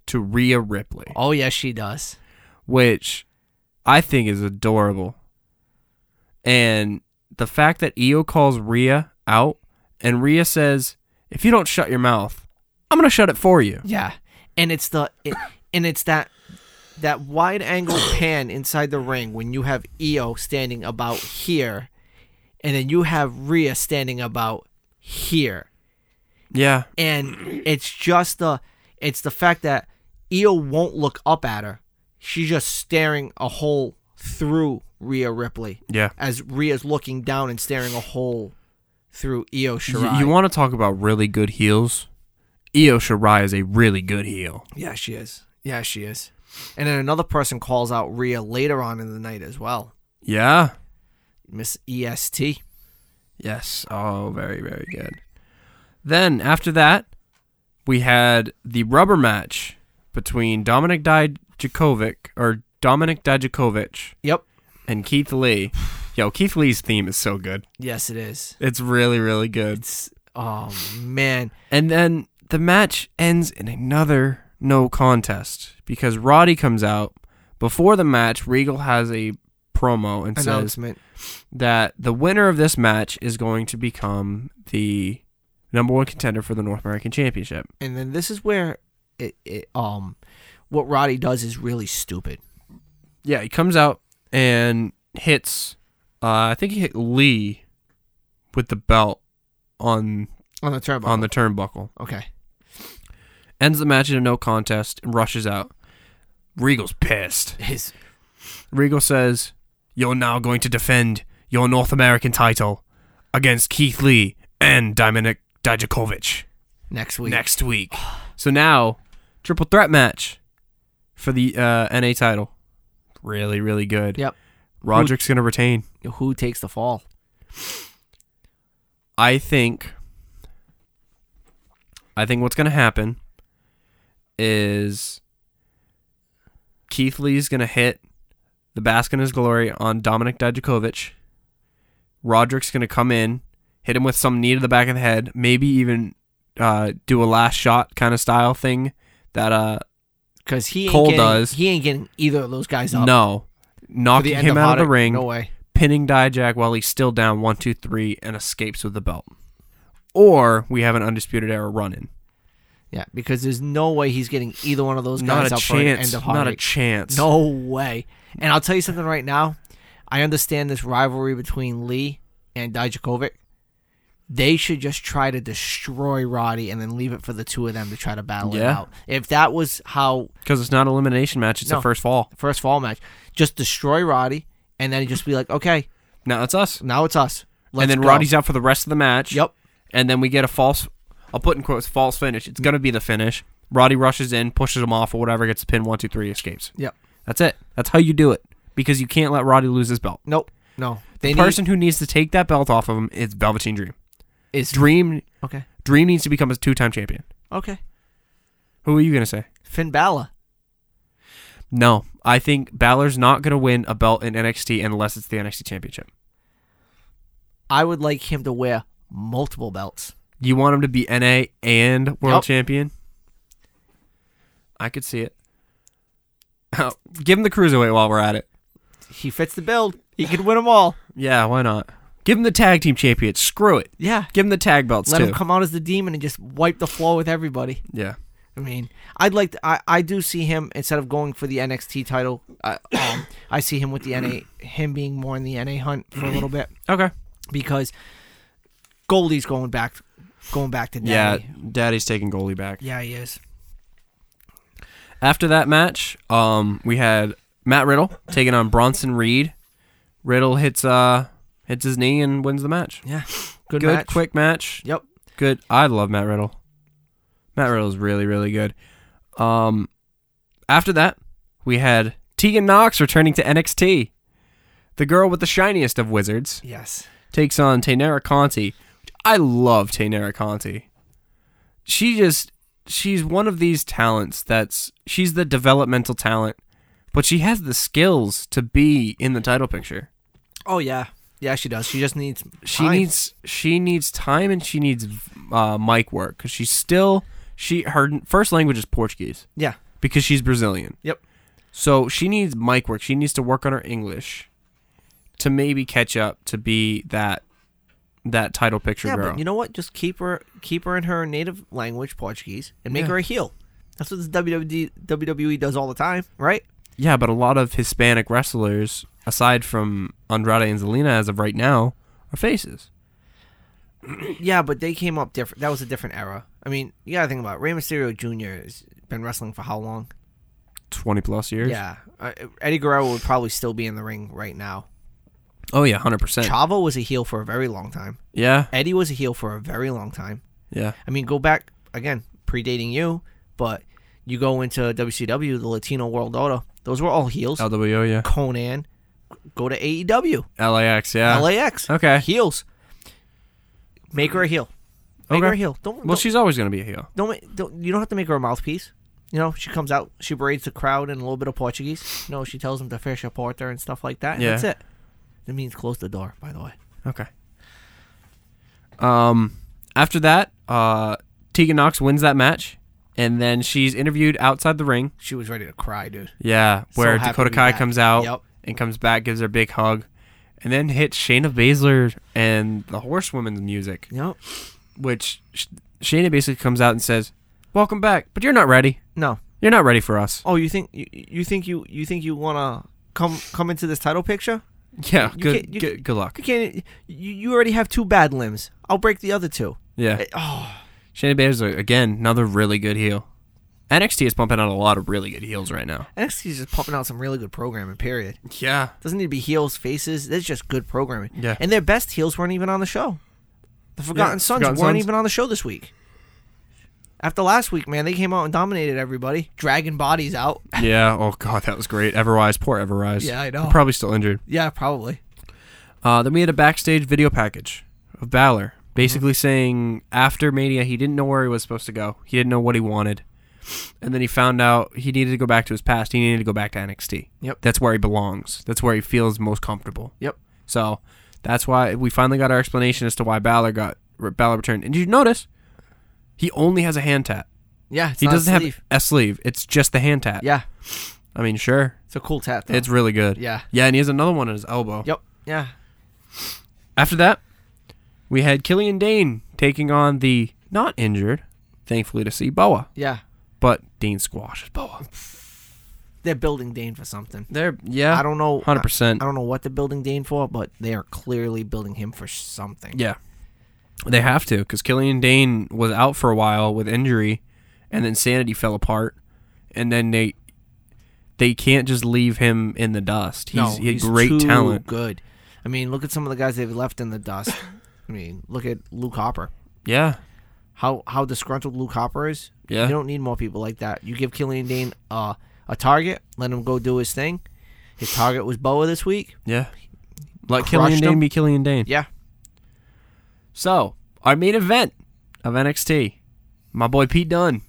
Speaker 1: to Rhea Ripley.
Speaker 2: oh yes, she does.
Speaker 1: which I think is adorable. And the fact that Io calls Rhea out and Rhea says, "If you don't shut your mouth, I'm going to shut it for you."
Speaker 2: Yeah, and it's the it, and it's that that wide angle pan inside the ring when you have Io standing about here, and then you have Rhea standing about here,
Speaker 1: Yeah.
Speaker 2: and it's just the it's the fact that Io won't look up at her; she's just staring a hole through Rhea Ripley
Speaker 1: Yeah.
Speaker 2: as Rhea's looking down and staring a hole through Io Shirai.
Speaker 1: You, want to talk about really good heels? Io Shirai is a really good heel.
Speaker 2: Yeah, she is. Yeah, she is. And then another person calls out Rhea later on in the night as well.
Speaker 1: Yeah.
Speaker 2: Miss E EST.
Speaker 1: Yes. Oh, very very good. Then after that, we had the rubber match between Dominic Dijakovic or Dominic Dijakovic
Speaker 2: Yep.
Speaker 1: and Keith Lee. Yo, Keith Lee's theme is so good.
Speaker 2: Yes, it is.
Speaker 1: It's really, really good.
Speaker 2: It's oh man.
Speaker 1: And then the match ends in another no contest because Roddy comes out. Before the match, Regal has a promo and says
Speaker 2: Announcement.
Speaker 1: that the winner of this match is going to become the number one contender for the North American Championship.
Speaker 2: And then this is where it, it um what Roddy does is really stupid.
Speaker 1: Yeah, he comes out and hits, uh, I think he hit Lee with the belt on
Speaker 2: On the turnbuckle.
Speaker 1: on the turnbuckle.
Speaker 2: okay.
Speaker 1: ends the match in a no contest and rushes out. Regal's pissed.
Speaker 2: His
Speaker 1: Regal says, You're now going to defend your North American title against Keith Lee and Dominic Dijakovic
Speaker 2: next week.
Speaker 1: next week. so now, triple threat match for the uh, NA title. Really, really good.
Speaker 2: Yep.
Speaker 1: Roderick's going to retain.
Speaker 2: Who takes the fall?
Speaker 1: I think I think what's gonna happen is Keith Lee's gonna hit the bask in his glory on Dominic Dijakovic. Roderick's gonna come in, hit him with some knee to the back of the head, maybe even uh, do a last shot kind of style thing that uh
Speaker 2: Because he ain't
Speaker 1: Cole
Speaker 2: getting,
Speaker 1: does.
Speaker 2: He ain't getting either of those guys up.
Speaker 1: no.
Speaker 2: for
Speaker 1: Knocking
Speaker 2: the end
Speaker 1: him out of the
Speaker 2: Hoddick.
Speaker 1: ring,
Speaker 2: No way.
Speaker 1: pinning Dijak while he's still down one, two, three, and escapes with the belt. Or we have an undisputed era run in.
Speaker 2: Yeah, because there's no way he's getting either one of those
Speaker 1: not
Speaker 2: guys
Speaker 1: a
Speaker 2: up for an
Speaker 1: chance.
Speaker 2: end of
Speaker 1: not a
Speaker 2: Hoddick.
Speaker 1: chance.
Speaker 2: No way. And I'll tell you something right now. I understand this rivalry between Lee and Dijakovic. They should just try to destroy Roddy and then leave it for the two of them to try to battle it
Speaker 1: Yeah.
Speaker 2: out. If that was how
Speaker 1: because it's not an elimination match. It's a
Speaker 2: No.
Speaker 1: first fall.
Speaker 2: first fall match, just destroy Roddy and then just be like, okay,
Speaker 1: Now it's us.
Speaker 2: now it's us. Let's
Speaker 1: and then
Speaker 2: go.
Speaker 1: Roddy's out for the rest of the match.
Speaker 2: Yep.
Speaker 1: And then we get a false. I'll put in quotes false finish. It's gonna be the finish. Roddy rushes in, pushes him off or whatever, gets a pin. One, two, three, escapes.
Speaker 2: Yep.
Speaker 1: That's it. That's how you do it because you can't let Roddy lose his belt.
Speaker 2: Nope. No. They
Speaker 1: The
Speaker 2: need
Speaker 1: person who needs to take that belt off of him is Velveteen Dream.
Speaker 2: is
Speaker 1: Dream
Speaker 2: Okay.
Speaker 1: Dream needs to become a two-time champion.
Speaker 2: Okay.
Speaker 1: Who are you gonna say?
Speaker 2: Finn Balor.
Speaker 1: No, I think Balor's not gonna win a belt in NXT unless it's the NXT Championship.
Speaker 2: I would like him to wear multiple belts.
Speaker 1: You want him to be NA and world
Speaker 2: Yep.
Speaker 1: champion? I could see it. Oh, Give him the cruiserweight while we're at it.
Speaker 2: He fits the build. He could win them all.
Speaker 1: Yeah, why not? Give him the tag team champion. Screw it.
Speaker 2: Yeah.
Speaker 1: Give him the tag belts
Speaker 2: Let
Speaker 1: too.
Speaker 2: him come out as the demon and just wipe the floor with everybody.
Speaker 1: yeah.
Speaker 2: I mean, I'd like to, I I do see him instead of going for the NXT title. I um, I see him with the NA him being more in the NA hunt for a little bit
Speaker 1: Okay.
Speaker 2: because Goldie's going back going back to
Speaker 1: Yeah,
Speaker 2: Natty.
Speaker 1: Daddy's taking goalie back.
Speaker 2: Yeah, he is.
Speaker 1: After that match, um, we had Matt Riddle taking on Bronson Reed. Riddle hits uh hits his knee and wins the match.
Speaker 2: Yeah. Good,
Speaker 1: good
Speaker 2: match.
Speaker 1: quick match.
Speaker 2: Yep.
Speaker 1: Good. I love Matt Riddle. Matt Riddle's really really good. Um, after that, we had Tegan Knox returning to NXT. The girl with the shiniest of wizards
Speaker 2: Yes.
Speaker 1: takes on Tainara Conti. I love Tainara Conti. She just she's one of these talents that's she's the developmental talent, but she has the skills to be in the title picture.
Speaker 2: Oh yeah. Yeah, she does. She just needs
Speaker 1: She
Speaker 2: time.
Speaker 1: needs she needs time and she needs uh, mic work because she's still she her first language is Portuguese
Speaker 2: Yeah.
Speaker 1: because she's Brazilian.
Speaker 2: Yep.
Speaker 1: So she needs mic work. She needs to work on her English to maybe catch up to be that that title picture
Speaker 2: Yeah,
Speaker 1: girl.
Speaker 2: but you know what? Just keep her keep her in her native language, Portuguese, and make
Speaker 1: Yeah.
Speaker 2: her a heel. That's what this WWD WWE E does all the time, right?
Speaker 1: Yeah, but a lot of Hispanic wrestlers, aside from Andrade and Zelina as of right now, are faces.
Speaker 2: Yeah, but they came up different. That was a different era. I mean, you gotta think about it. Rey Mysterio Jr. has been wrestling for how long?
Speaker 1: 20 plus years?
Speaker 2: Yeah, uh, Eddie Guerrero would probably still be in the ring right now.
Speaker 1: Oh, yeah, 100%.
Speaker 2: Chavo was a heel for a very long time.
Speaker 1: yeah,
Speaker 2: Eddie was a heel for a very long time.
Speaker 1: yeah.
Speaker 2: I mean, go back again, predating you, but you go into WCW, the Latino World Order. Those were all heels.
Speaker 1: LWO, yeah.
Speaker 2: Conan, go to E AEW.
Speaker 1: LAX, yeah.
Speaker 2: LAX.
Speaker 1: Okay.
Speaker 2: Heels. Make her a heel. Make
Speaker 1: Okay.
Speaker 2: her a heel. Don't,
Speaker 1: well,
Speaker 2: don't,
Speaker 1: she's always going to be a heel.
Speaker 2: don't, ma- don't you don't have to make her a mouthpiece. You know, she comes out, she braids the crowd in a little bit of Portuguese. You know, she tells them to fish a porter and stuff like that. And
Speaker 1: Yeah.
Speaker 2: That's it. That means close the door, by the way.
Speaker 1: Okay. Um, after that, uh, Tegan Knox wins that match, and then she's interviewed outside the ring.
Speaker 2: She was ready to cry, dude.
Speaker 1: Yeah, where
Speaker 2: happy
Speaker 1: Dakota
Speaker 2: to be
Speaker 1: Kai
Speaker 2: back.
Speaker 1: comes out
Speaker 2: Yep.
Speaker 1: and comes back, gives her a big hug, and then hits Shayna Baszler and the Horsewoman's music.
Speaker 2: Yep.
Speaker 1: which Sh- Shayna basically comes out and says, "Welcome back, but you're not ready.
Speaker 2: No.
Speaker 1: You're not ready for us."
Speaker 2: Oh, you think you, you think you you think you wanna come come into this title picture?
Speaker 1: Yeah,
Speaker 2: You
Speaker 1: good,
Speaker 2: can't- you-
Speaker 1: good, good luck.
Speaker 2: You can't. You, you already have two bad limbs. I'll break the other two.
Speaker 1: Yeah,
Speaker 2: Eh, Oh,
Speaker 1: Shayna Baszler again, another really good heel. NXT is pumping out a lot of really good heels right now.
Speaker 2: NXT's just pumping out some really good programming. Period.
Speaker 1: Yeah,
Speaker 2: Doesn't need to be heels, faces. It's just good programming.
Speaker 1: Yeah.
Speaker 2: And their best heels weren't even on the show. The Forgotten Sons
Speaker 1: Forgotten
Speaker 2: weren't
Speaker 1: Sons.
Speaker 2: even on the show this week. After last week, man, they came out and dominated everybody, dragging bodies out.
Speaker 1: yeah. Oh god, that was great. Everrise, poor Everrise.
Speaker 2: Yeah, I know.
Speaker 1: Probably still injured.
Speaker 2: yeah, probably.
Speaker 1: Uh, then we had a backstage video package of Balor, basically
Speaker 2: Mm-hmm.
Speaker 1: saying after Mania he didn't know where he was supposed to go. He didn't know what he wanted, and then he found out he needed to go back to his past. He needed to go back to NXT.
Speaker 2: Yep.
Speaker 1: that's where he belongs. That's where he feels most comfortable.
Speaker 2: Yep.
Speaker 1: So that's why we finally got our explanation as to why Balor got Balor returned. And did you notice he only has a hand tap?
Speaker 2: Yeah. It's
Speaker 1: He
Speaker 2: not a
Speaker 1: doesn't have
Speaker 2: sleeve.
Speaker 1: a sleeve. It's just the hand tap.
Speaker 2: Yeah,
Speaker 1: I mean, sure,
Speaker 2: it's a cool tat. Though.
Speaker 1: it's really good.
Speaker 2: Yeah.
Speaker 1: Yeah, and he has another one on his elbow.
Speaker 2: Yep. Yeah.
Speaker 1: After that, we had Killian Dane taking on the not injured, thankfully to see Boa,
Speaker 2: Yeah.
Speaker 1: but Dean squashes Boa.
Speaker 2: They're building Dane for something.
Speaker 1: There, yeah,
Speaker 2: I don't know.
Speaker 1: hundred percent.
Speaker 2: I don't know what they're building Dane for, but they are clearly building him for something.
Speaker 1: Yeah, they have to because Killian Dane was out for a while with injury, and then sanity fell apart, and then they they can't just leave him in the dust. He's, he had great
Speaker 2: too
Speaker 1: talent.
Speaker 2: Good. I mean, look at some of the guys they've left in the dust. I mean, look at Luke Hopper.
Speaker 1: Yeah,
Speaker 2: How how disgruntled Luke Hopper is.
Speaker 1: Yeah.
Speaker 2: You don't need more people like that. You give Killian Dane uh, a target, let him go do his thing. His target was Boa this week.
Speaker 1: yeah. Let
Speaker 2: Crushed
Speaker 1: Killian Dane
Speaker 2: him.
Speaker 1: be Killian Dane.
Speaker 2: Yeah.
Speaker 1: So, our main event of NXT, my boy Pete Dunne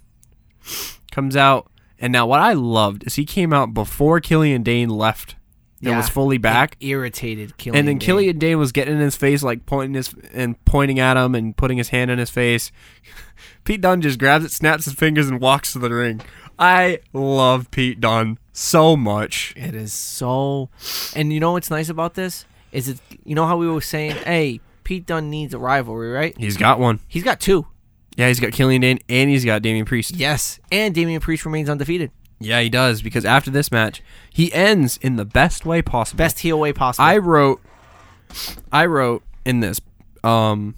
Speaker 1: comes out. And now, what I loved is he came out before Killian Dane left and
Speaker 2: Yeah.
Speaker 1: was fully back.
Speaker 2: It irritated Killian.
Speaker 1: and then
Speaker 2: Dane.
Speaker 1: Killian Dane was getting in his face, like pointing his and pointing at him and putting his hand in his face. Pete Dunne just grabs it, snaps his fingers, and walks to the ring. I love Pete Dunne so much.
Speaker 2: It is so. And you know what's nice about this is it. You know how we were saying, hey, Pete Dunne needs a rivalry, right?
Speaker 1: He's got one.
Speaker 2: He's got two.
Speaker 1: Yeah, he's got Killian Dane and he's got Damian Priest.
Speaker 2: Yes, and Damian Priest remains undefeated.
Speaker 1: Yeah, he does because after this match, he ends in the best way possible.
Speaker 2: Best heel way possible.
Speaker 1: I wrote, I wrote in this, um,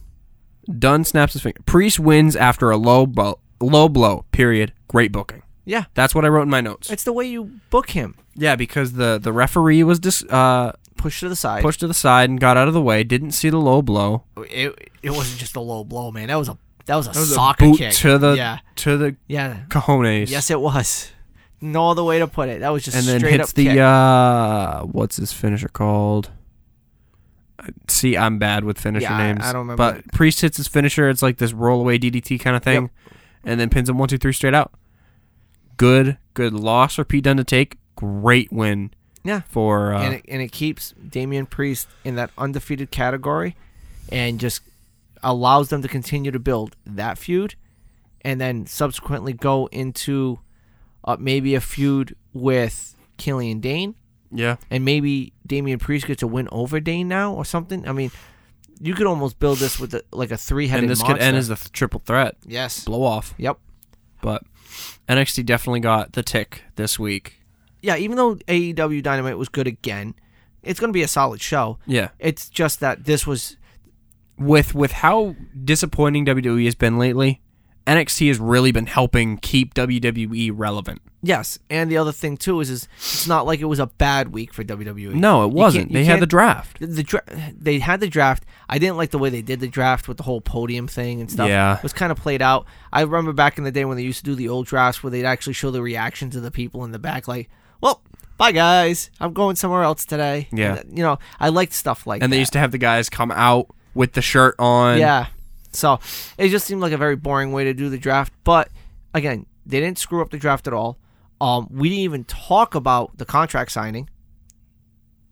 Speaker 1: Dunn snaps his finger. Priest wins after a low blow. Low blow. Period. Great booking.
Speaker 2: yeah,
Speaker 1: That's what I wrote in my notes.
Speaker 2: it's the way you book him.
Speaker 1: yeah, because the the referee was dis, uh,
Speaker 2: Push to the side.
Speaker 1: pushed to the side and got out of the way. Didn't see the low blow.
Speaker 2: It, it wasn't just a low blow, man. That was a that was a
Speaker 1: That was a
Speaker 2: soccer
Speaker 1: boot
Speaker 2: kick.
Speaker 1: to the
Speaker 2: yeah
Speaker 1: to the
Speaker 2: yeah
Speaker 1: cojones.
Speaker 2: yes it was. No other way to put it. That was just
Speaker 1: and then
Speaker 2: straight
Speaker 1: hits
Speaker 2: up
Speaker 1: the
Speaker 2: kick.
Speaker 1: uh what's his finisher called Uh, see i'm bad with finisher
Speaker 2: Yeah, I-
Speaker 1: names
Speaker 2: I don't remember
Speaker 1: but priest hits his finisher it's like this roll away ddt kind of thing
Speaker 2: Yep.
Speaker 1: and then pins him one two three straight out good good loss for pete dunn to take great win
Speaker 2: Yeah.
Speaker 1: for uh,
Speaker 2: and it, and it keeps Damian Priest in that undefeated category, and just allows them to continue to build that feud, and then subsequently go into uh, maybe a feud with Killian Dane,
Speaker 1: yeah
Speaker 2: and maybe Damian Priest gets a win over Dane now or something. I mean, you could almost build this with a, like a three-headed
Speaker 1: and this
Speaker 2: monster.
Speaker 1: could end as a th- triple threat
Speaker 2: yes.
Speaker 1: blow off
Speaker 2: Yep.
Speaker 1: but nxt definitely got the tick this week
Speaker 2: Yeah. Even though AEW Dynamite was good again, it's going to be a solid show.
Speaker 1: yeah
Speaker 2: It's just that this was
Speaker 1: with with how disappointing WWE has been lately, NXT has really been helping keep WWE relevant.
Speaker 2: Yes, and the other thing too is, is it's not like it was a bad week for E. WWE.
Speaker 1: No, it
Speaker 2: You
Speaker 1: wasn't.
Speaker 2: can't- you
Speaker 1: They had the
Speaker 2: can't-
Speaker 1: draft.
Speaker 2: the dra- they had the draft. I didn't like the way they did the draft with the whole podium thing and stuff.
Speaker 1: Yeah.
Speaker 2: it was kind of played out. I remember back in the day when they used to do the old drafts where they'd actually show the reactions of the people in the back, like, "Well, bye guys, I'm going somewhere else today."
Speaker 1: Yeah.
Speaker 2: And, you know, I liked stuff like
Speaker 1: And
Speaker 2: that.
Speaker 1: they used to have the guys come out with the shirt on.
Speaker 2: Yeah. So it just seemed like a very boring way to do the draft. But again, they didn't screw up the draft at all. Um, we didn't even talk about the contract signing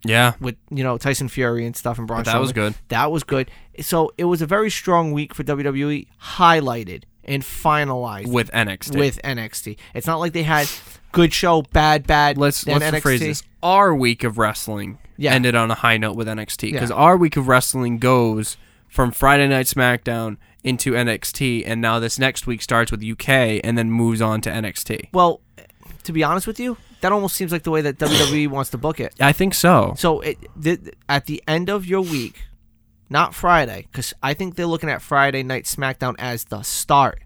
Speaker 1: Yeah.
Speaker 2: with you know Tyson Fury and stuff and Braun.
Speaker 1: But that was
Speaker 2: Strowman.
Speaker 1: good.
Speaker 2: That was good. So it was a very strong week for WWE, highlighted and finalized
Speaker 1: With NXT.
Speaker 2: with NXT. It's not like they had good show, bad, bad.
Speaker 1: let's
Speaker 2: then
Speaker 1: let's
Speaker 2: NXT.
Speaker 1: rephrase this. Our week of wrestling
Speaker 2: Yeah.
Speaker 1: ended on a high note with NXT. Because
Speaker 2: Yeah.
Speaker 1: our week of wrestling goes from Friday night SmackDown into NXT and now this next week starts with UK and then moves on to NXT.
Speaker 2: Well, to be honest with you, that almost seems like the way that WWE wants to book it.
Speaker 1: I think so.
Speaker 2: So it th- th- at the end of your week, not Friday, because I think they're looking at Friday night SmackDown as the start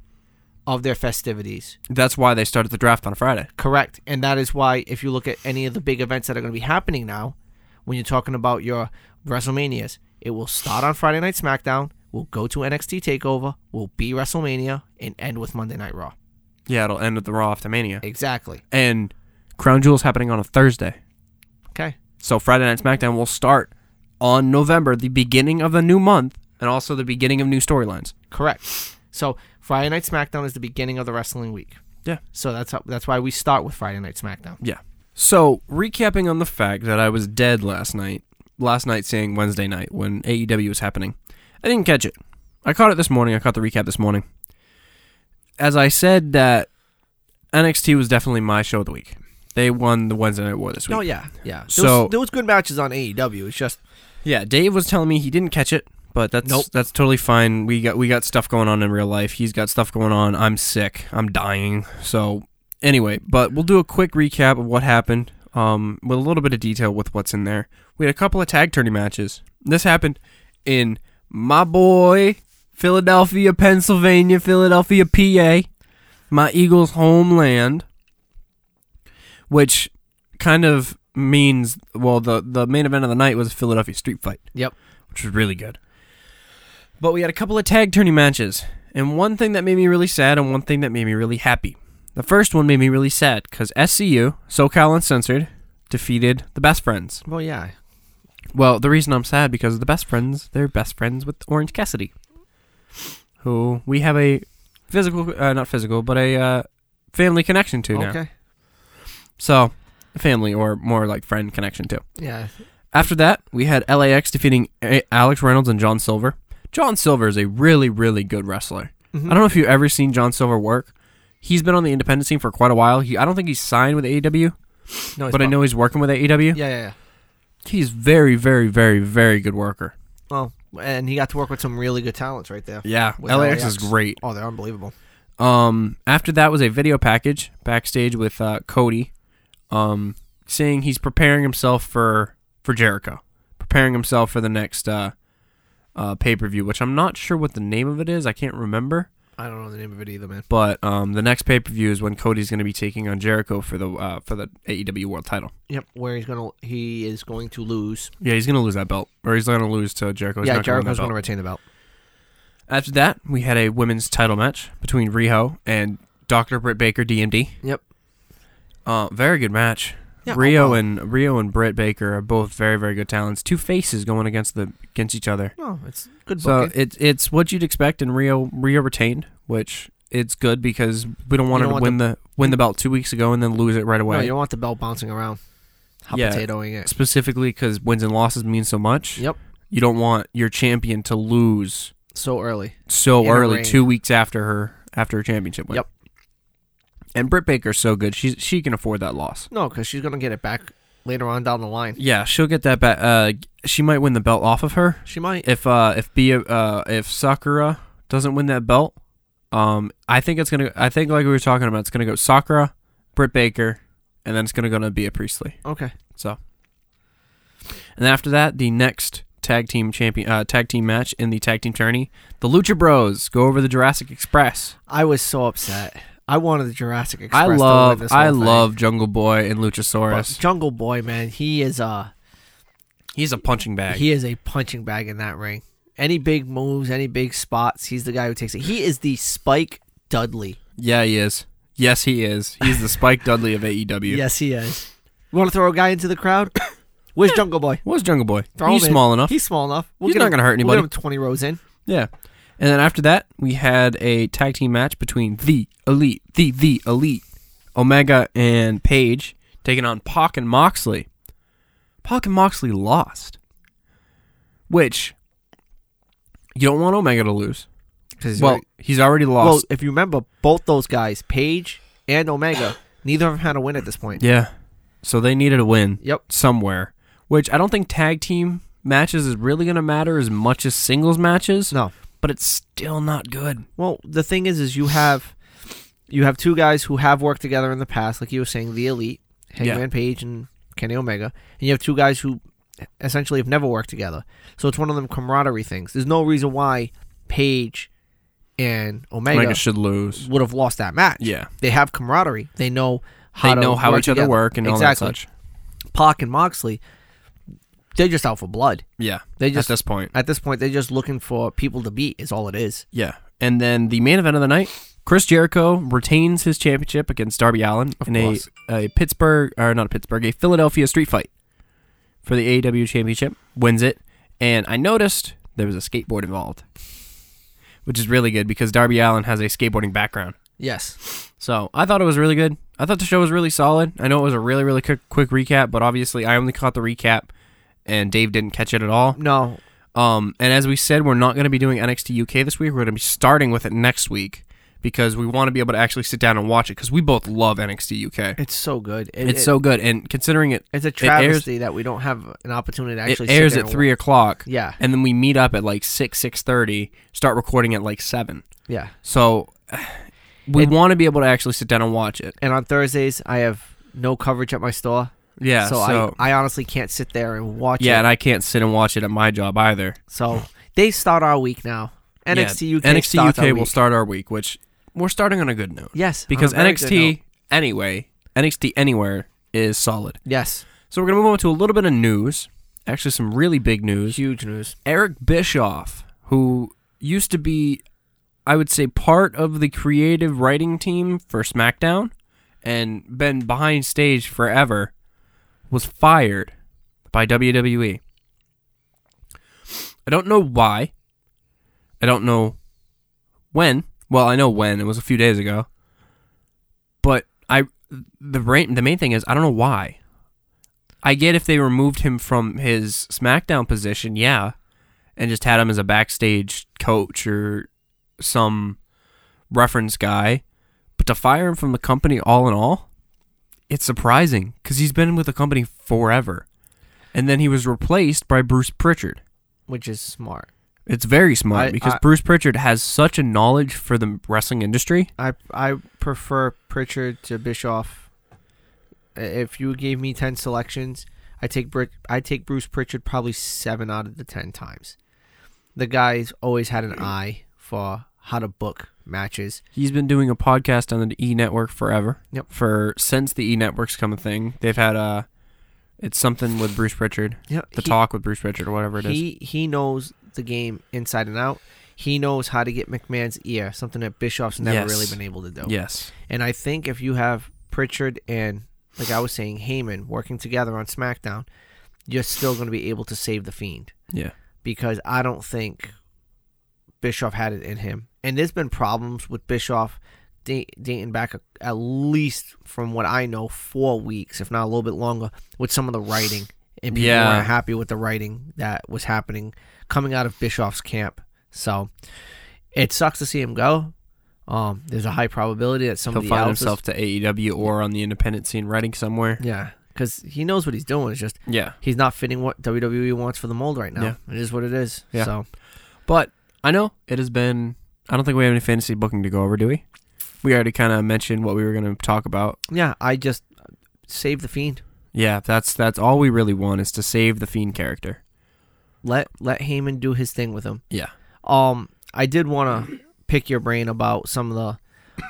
Speaker 2: of their festivities.
Speaker 1: That's why they started the draft on Friday.
Speaker 2: Correct, and that is why if you look at any of the big events that are going to be happening now, when you're talking about your WrestleManias, it will start on Friday night SmackDown. We'll go to NXT Takeover. We'll be WrestleMania and end with Monday Night Raw.
Speaker 1: Yeah, it'll end with the Raw after Mania.
Speaker 2: Exactly.
Speaker 1: And Crown Jewel's happening on a Thursday.
Speaker 2: Okay.
Speaker 1: So Friday Night SmackDown will start on November, the beginning of the new month, and also the beginning of new storylines.
Speaker 2: Correct. So Friday Night SmackDown is the beginning of the wrestling week.
Speaker 1: Yeah.
Speaker 2: So that's how, that's why we start with Friday Night SmackDown.
Speaker 1: Yeah. So recapping on the fact that I was dead last night, last night seeing Wednesday night when AEW was happening, I didn't catch it. I caught it this morning. I caught the recap this morning. As I said that NXT was definitely my show of the week. They won the Wednesday Night War this week.
Speaker 2: No, Oh, yeah, yeah. There
Speaker 1: So-
Speaker 2: was, there was good matches on AEW. It's just
Speaker 1: Yeah, Dave was telling me he didn't catch it, but that's
Speaker 2: Nope.
Speaker 1: that's totally fine. We got we got stuff going on in real life. He's got stuff going on. I'm sick. I'm dying. So anyway, but we'll do a quick recap of what happened, um, with a little bit of detail with what's in there. We had a couple of tag tourney matches. This happened in my boy Philadelphia, Pennsylvania, Philadelphia, PA, my Eagles' homeland, which kind of means well the the main event of the night was a Philadelphia street fight
Speaker 2: yep.
Speaker 1: which was really good. But we had a couple of tag tourney matches, and one thing that made me really sad and one thing that made me really happy. The first one made me really sad because SCU, SoCal Uncensored, defeated the Best Friends.
Speaker 2: Well, yeah.
Speaker 1: Well, the reason I'm sad because of the Best Friends, they're best friends with Orange Cassidy, who we have a physical, uh, not physical, but a uh, family connection to now.
Speaker 2: Okay.
Speaker 1: So, family or more like friend connection to.
Speaker 2: Yeah.
Speaker 1: After that, we had LAX defeating A- Alex Reynolds and John Silver. John Silver is a really, really good wrestler.
Speaker 2: Mm-hmm.
Speaker 1: I don't know if you've ever seen John Silver work. He's been on the independent scene for quite a while. He, I don't think he's signed with AEW,
Speaker 2: No, it's
Speaker 1: but I
Speaker 2: not-
Speaker 1: know E he's working with AEW.
Speaker 2: Yeah, yeah, yeah.
Speaker 1: He's very, very, very, very good worker.
Speaker 2: Well, and he got to work with some really good talents right there.
Speaker 1: Yeah,
Speaker 2: With
Speaker 1: LAX is
Speaker 2: LAX.
Speaker 1: great.
Speaker 2: Oh, they're unbelievable.
Speaker 1: Um, after that was a video package backstage with uh, Cody, um, saying he's preparing himself for for Jericho, preparing himself for the next uh, uh, pay per view, which I'm not sure what the name of it is. I can't remember,
Speaker 2: I don't know the name of it either, man.
Speaker 1: but um, the next pay per view is when Cody's going to be taking on Jericho for the uh, for the AEW World Title.
Speaker 2: Yep, where he's gonna he is going to lose.
Speaker 1: Yeah, he's going to lose that belt, or he's going to lose to Jericho. He's
Speaker 2: yeah,
Speaker 1: not gonna win that
Speaker 2: Jericho's
Speaker 1: belt.
Speaker 2: gonna retain the belt.
Speaker 1: After that, we had a women's title match between Riho and Dr. Britt Baker, DMD.
Speaker 2: Yep.
Speaker 1: Uh, very good match.
Speaker 2: Yeah,
Speaker 1: Rio
Speaker 2: overall.
Speaker 1: and Rio and Britt Baker are both very very good talents. Two faces going against the against each other.
Speaker 2: No, it's good
Speaker 1: So
Speaker 2: booking.
Speaker 1: it's it's what you'd expect, and Rio Rio retained, which it's good because we don't want
Speaker 2: You
Speaker 1: her
Speaker 2: don't
Speaker 1: to win the, win the belt two weeks ago and then lose it right
Speaker 2: no,
Speaker 1: away.
Speaker 2: you don't want the belt bouncing around, hot
Speaker 1: Yeah.
Speaker 2: potatoing it.
Speaker 1: Specifically because wins and losses mean so much.
Speaker 2: Yep,
Speaker 1: You don't want your champion to lose
Speaker 2: so early.
Speaker 1: so
Speaker 2: In a
Speaker 1: early,
Speaker 2: ring.
Speaker 1: two weeks after her after her championship win.
Speaker 2: Yep.
Speaker 1: And Britt Baker's so good; she she can afford that loss.
Speaker 2: No, because she's gonna get it back later on down the line.
Speaker 1: Yeah, she'll get that back. Uh, she might win the belt off of her
Speaker 2: She might.
Speaker 1: if uh if B uh if Sakura doesn't win that belt. Um, I think it's gonna. I think like we were talking about, it's gonna go Sakura, Britt Baker, and then it's gonna go to Bea Priestley.
Speaker 2: Okay.
Speaker 1: So, and then after that, the next tag team champion uh, tag team match in the tag team tourney, the Lucha Bros go over the Jurassic Express.
Speaker 2: I was so upset. I wanted the Jurassic Express.
Speaker 1: I
Speaker 2: to win
Speaker 1: love
Speaker 2: this
Speaker 1: I
Speaker 2: whole thing.
Speaker 1: love Jungle Boy and
Speaker 2: But
Speaker 1: Luchasaurus.
Speaker 2: Jungle Boy, man. He is uh
Speaker 1: He's a punching bag.
Speaker 2: he is a punching bag in that ring. Any big moves, any big spots, he's the guy who takes it. He is the Spike Dudley.
Speaker 1: yeah, he is. Yes, he is. He's the Spike Dudley of E AEW.
Speaker 2: Yes, he is. You want to throw a guy into the crowd? Where's Jungle Boy?
Speaker 1: What's Jungle Boy?
Speaker 2: Throw
Speaker 1: He's
Speaker 2: him in.
Speaker 1: small enough.
Speaker 2: He's small enough. We'll
Speaker 1: He's
Speaker 2: get
Speaker 1: not
Speaker 2: him-
Speaker 1: gonna hurt anybody.
Speaker 2: We'll get him twenty rows in.
Speaker 1: yeah. And then after that, we had a tag team match between the Elite, the the Elite, Omega and Page taking on Pac and Moxley. Pac and Moxley lost. Which you don't want Omega to lose. well, he's already lost.
Speaker 2: well, if you remember, both those guys, Page and Omega, neither of them had a win at this point.
Speaker 1: Yeah. So they needed a win.
Speaker 2: Yep.
Speaker 1: Somewhere. Which I don't think tag team matches is really going to matter as much as singles matches,
Speaker 2: No.
Speaker 1: but it's still not good.
Speaker 2: Well, the thing is, is you have you have two guys who have worked together in the past, like you were saying, the elite, Hangman Page and Kenny Omega, and you have two guys who essentially have never worked together. So it's one of them camaraderie things. There's no reason why Page and Omega
Speaker 1: Omega should lose.
Speaker 2: would have lost that match.
Speaker 1: Yeah.
Speaker 2: They have camaraderie. They know how
Speaker 1: They
Speaker 2: to
Speaker 1: know how each other
Speaker 2: together.
Speaker 1: work and
Speaker 2: exactly.
Speaker 1: all that such.
Speaker 2: Pac and Moxley, they're just out for blood.
Speaker 1: Yeah.
Speaker 2: They just
Speaker 1: at this point.
Speaker 2: at this point they're just looking for people to beat is all it is.
Speaker 1: Yeah. And then the main event of the night, Chris Jericho retains his championship against Darby Allen in a,
Speaker 2: course.
Speaker 1: a Pittsburgh or not a Pittsburgh, a Philadelphia street fight for the AEW championship. Wins it. And I noticed there was a skateboard involved. Which is really good because Darby Allen has a skateboarding background.
Speaker 2: Yes.
Speaker 1: So I thought it was really good. I thought the show was really solid. I know it was a really, really quick, quick recap, but obviously I only caught the recap and Dave didn't catch it at all.
Speaker 2: No,
Speaker 1: Um, and as we said, we're not going to be doing NXT UK this week. We're going to be starting with it next week because we want to be able to actually sit down and watch it because we both love NXT UK.
Speaker 2: it's so good. It-
Speaker 1: It's
Speaker 2: it-
Speaker 1: so good. And considering it,
Speaker 2: It's a
Speaker 1: airs-
Speaker 2: travesty that we don't have an opportunity to
Speaker 1: it
Speaker 2: actually. sit
Speaker 1: airs
Speaker 2: there
Speaker 1: at
Speaker 2: and
Speaker 1: three
Speaker 2: wa-
Speaker 1: o'clock,
Speaker 2: Yeah,
Speaker 1: and then we meet up at like six, six thirty. Start recording at like seven.
Speaker 2: yeah.
Speaker 1: So we
Speaker 2: And-
Speaker 1: want to be able to actually sit down and watch it.
Speaker 2: And on Thursdays, I have no coverage at my store,
Speaker 1: Yeah.
Speaker 2: so, I, I honestly can't sit there and watch.
Speaker 1: yeah,
Speaker 2: it.
Speaker 1: and I can't sit and watch it at my job either.
Speaker 2: so they start our week now. NXT
Speaker 1: Yeah,
Speaker 2: UK.
Speaker 1: NXT
Speaker 2: starts
Speaker 1: UK
Speaker 2: our
Speaker 1: will
Speaker 2: week.
Speaker 1: start our week, which we're starting on a good note
Speaker 2: Yes, on a
Speaker 1: because
Speaker 2: very good note.
Speaker 1: NXT anyway, NXT anywhere is solid.
Speaker 2: Yes,
Speaker 1: So we're gonna move on to a little bit of news. Actually, some really big news.
Speaker 2: huge news.
Speaker 1: Eric Bischoff, who used to be, I would say, part of the creative writing team for SmackDown and been behind stage forever, was fired by WWE. I don't know why. I don't know when. Well, I know when. It was a few days ago. But I the brain, the main thing is I don't know why. I get if they removed him from his SmackDown position, yeah, and just had him as a backstage coach or some reference guy. But to fire him from the company all in all, it's surprising because he's been with the company forever. And then he was replaced by Bruce Pritchard.
Speaker 2: Which is smart.
Speaker 1: It's very smart
Speaker 2: I-
Speaker 1: because
Speaker 2: I-
Speaker 1: Bruce Pritchard has such a knowledge for the wrestling industry.
Speaker 2: I I prefer Pritchard to Bischoff. I- If you gave me ten selections, I take Brit. I take Bruce Pritchard probably seven out of the ten times. The guy's always had an eye for how to book matches.
Speaker 1: He's been doing a podcast on the E Network forever.
Speaker 2: Yep.
Speaker 1: For since the E Network's come a thing, they've had a. It's something with Bruce Pritchard.
Speaker 2: Yeah,
Speaker 1: The
Speaker 2: he,
Speaker 1: talk with Bruce Pritchard or whatever it is.
Speaker 2: He he knows the game inside and out. He knows how to get McMahon's ear, something that Bischoff's never
Speaker 1: Yes.
Speaker 2: really been able to do.
Speaker 1: Yes.
Speaker 2: And I think if you have Pritchard and, like I was saying, Heyman working together on SmackDown, you're still going to be able to save the Fiend
Speaker 1: Yeah.
Speaker 2: because I don't think Bischoff had it in him. And there's been problems with Bischoff da- dating back a, at least, from what I know, four weeks, if not a little bit longer, with some of the writing. And people
Speaker 1: Yeah.
Speaker 2: weren't happy with the writing that was happening coming out of Bischoff's camp. So it sucks to see him go. Um, there's a high probability that
Speaker 1: He'll
Speaker 2: somebody
Speaker 1: find
Speaker 2: else is-
Speaker 1: himself to AEW or on the independent scene writing somewhere.
Speaker 2: yeah, because he knows what he's doing. It's just
Speaker 1: Yeah.
Speaker 2: he's not fitting what WWE wants for the mold right now. It is what it is.
Speaker 1: Yeah.
Speaker 2: So
Speaker 1: But I know it has been. I don't think we have any fantasy booking to go over, do we? We already kind of mentioned what we were going to talk about.
Speaker 2: yeah, I just save the fiend.
Speaker 1: Yeah, that's that's all we really want is to save the fiend character.
Speaker 2: Let let Heyman do his thing with him.
Speaker 1: Yeah.
Speaker 2: Um, I did want to pick your brain about some of the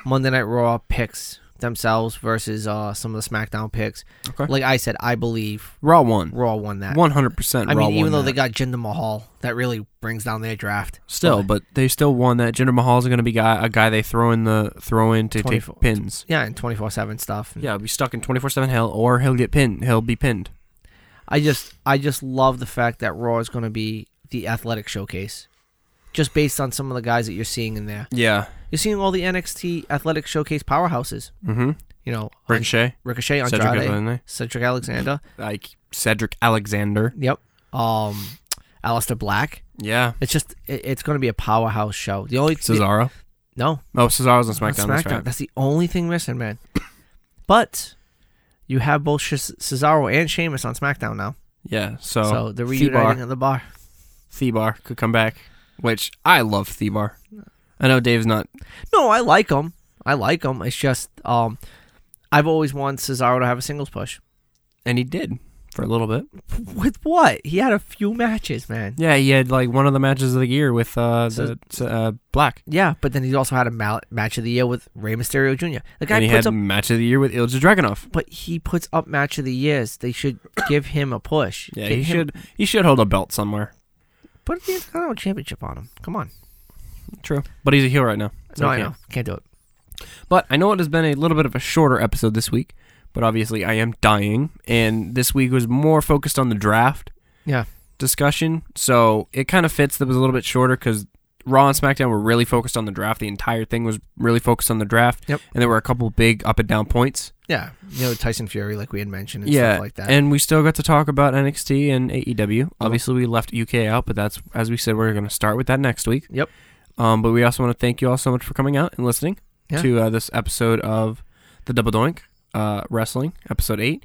Speaker 2: Monday Night Raw picks themselves versus uh some of the SmackDown picks.
Speaker 1: Okay.
Speaker 2: Like I said, I believe
Speaker 1: Raw one,
Speaker 2: Raw won that.
Speaker 1: one hundred percent.
Speaker 2: I mean, even though they got Jinder Mahal, that really brings down their draft.
Speaker 1: still, but they still won that. Jinder Mahal's going to be guy a guy they throw in the throw in to
Speaker 2: 24.
Speaker 1: take pins.
Speaker 2: Yeah, and twenty four seven stuff. and-
Speaker 1: Yeah, he'll be stuck in twenty four seven hell, or he'll get pinned. He'll be pinned.
Speaker 2: I just I just love the fact that Raw is going to be the athletic showcase, just based on some of the guys that you're seeing in there.
Speaker 1: Yeah.
Speaker 2: You're seeing all the NXT athletic showcase powerhouses.
Speaker 1: Mm-hmm.
Speaker 2: You know, Ricochet,
Speaker 1: Ricochet,
Speaker 2: Ricochet
Speaker 1: Cedric,
Speaker 2: Andrade, Cedric,
Speaker 1: Alexander.
Speaker 2: Alexander.
Speaker 1: like Cedric Alexander.
Speaker 2: Yep. Um, Alistair Black.
Speaker 1: Yeah.
Speaker 2: It's just it, it's going to be a powerhouse show. The only the-
Speaker 1: Cesaro.
Speaker 2: no
Speaker 1: Oh, Cesaro's on
Speaker 2: on
Speaker 1: SmackDown.
Speaker 2: SmackDown.
Speaker 1: That's right.
Speaker 2: That's the only thing missing, man. but you have both Sh- Cesaro and Sheamus on SmackDown now,
Speaker 1: Yeah. So,
Speaker 2: so they're
Speaker 1: Thebar.
Speaker 2: reuniting at the bar.
Speaker 1: Thebar could come back, which I love Thebar. I know Dave's not.
Speaker 2: No, I like him. I like him. It's just um, I've always wanted Cesaro to have a singles push.
Speaker 1: And he did for a little bit.
Speaker 2: With what? He had a few matches, man.
Speaker 1: Yeah, he had like one of the matches of the year with uh, the uh, Black.
Speaker 2: Yeah, but then he also had a mal- match of the year with Rey Mysterio Jr. The guy
Speaker 1: and he
Speaker 2: puts
Speaker 1: had
Speaker 2: up,
Speaker 1: match of the year with Ilja Dragunov.
Speaker 2: but he puts up match of the years. They should give him a push.
Speaker 1: Yeah,
Speaker 2: Give
Speaker 1: he
Speaker 2: him-
Speaker 1: should he should hold a belt somewhere.
Speaker 2: put the Intercontinental Championship on him. Come on.
Speaker 1: True, but he's a heel right now. so
Speaker 2: no,
Speaker 1: he
Speaker 2: I
Speaker 1: can't.
Speaker 2: know. Can't do it.
Speaker 1: But I know it has been a little bit of a shorter episode this week. But obviously, I am dying, and this week was more focused on the draft
Speaker 2: Yeah.
Speaker 1: discussion. So it kind of fits that it was a little bit shorter because Raw and SmackDown were really focused on the draft. The entire thing was really focused on the draft.
Speaker 2: Yep.
Speaker 1: And there were a couple big up and down points.
Speaker 2: Yeah. You know, Tyson Fury, like we had mentioned and
Speaker 1: yeah.
Speaker 2: stuff like that.
Speaker 1: And we still got to talk about NXT and AEW. Obviously, we left UK out, but that's, as we said, we're going to start with that next week.
Speaker 2: Yep.
Speaker 1: Um, but we also want to thank you all so much for coming out and listening
Speaker 2: Yeah.
Speaker 1: to uh, this episode of the Double Doink uh, Wrestling, episode eight.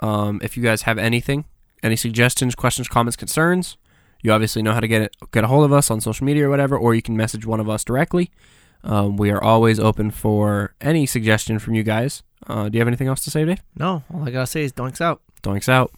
Speaker 1: Um, if you guys have anything, any suggestions, questions, comments, concerns, you obviously know how to get it, get a hold of us on social media or whatever, or you can message one of us directly. Um, we are always open for any suggestion from you guys. Uh, do you have anything else to say, Dave?
Speaker 2: no, all I gotta say is Doink's out.
Speaker 1: Doinks out.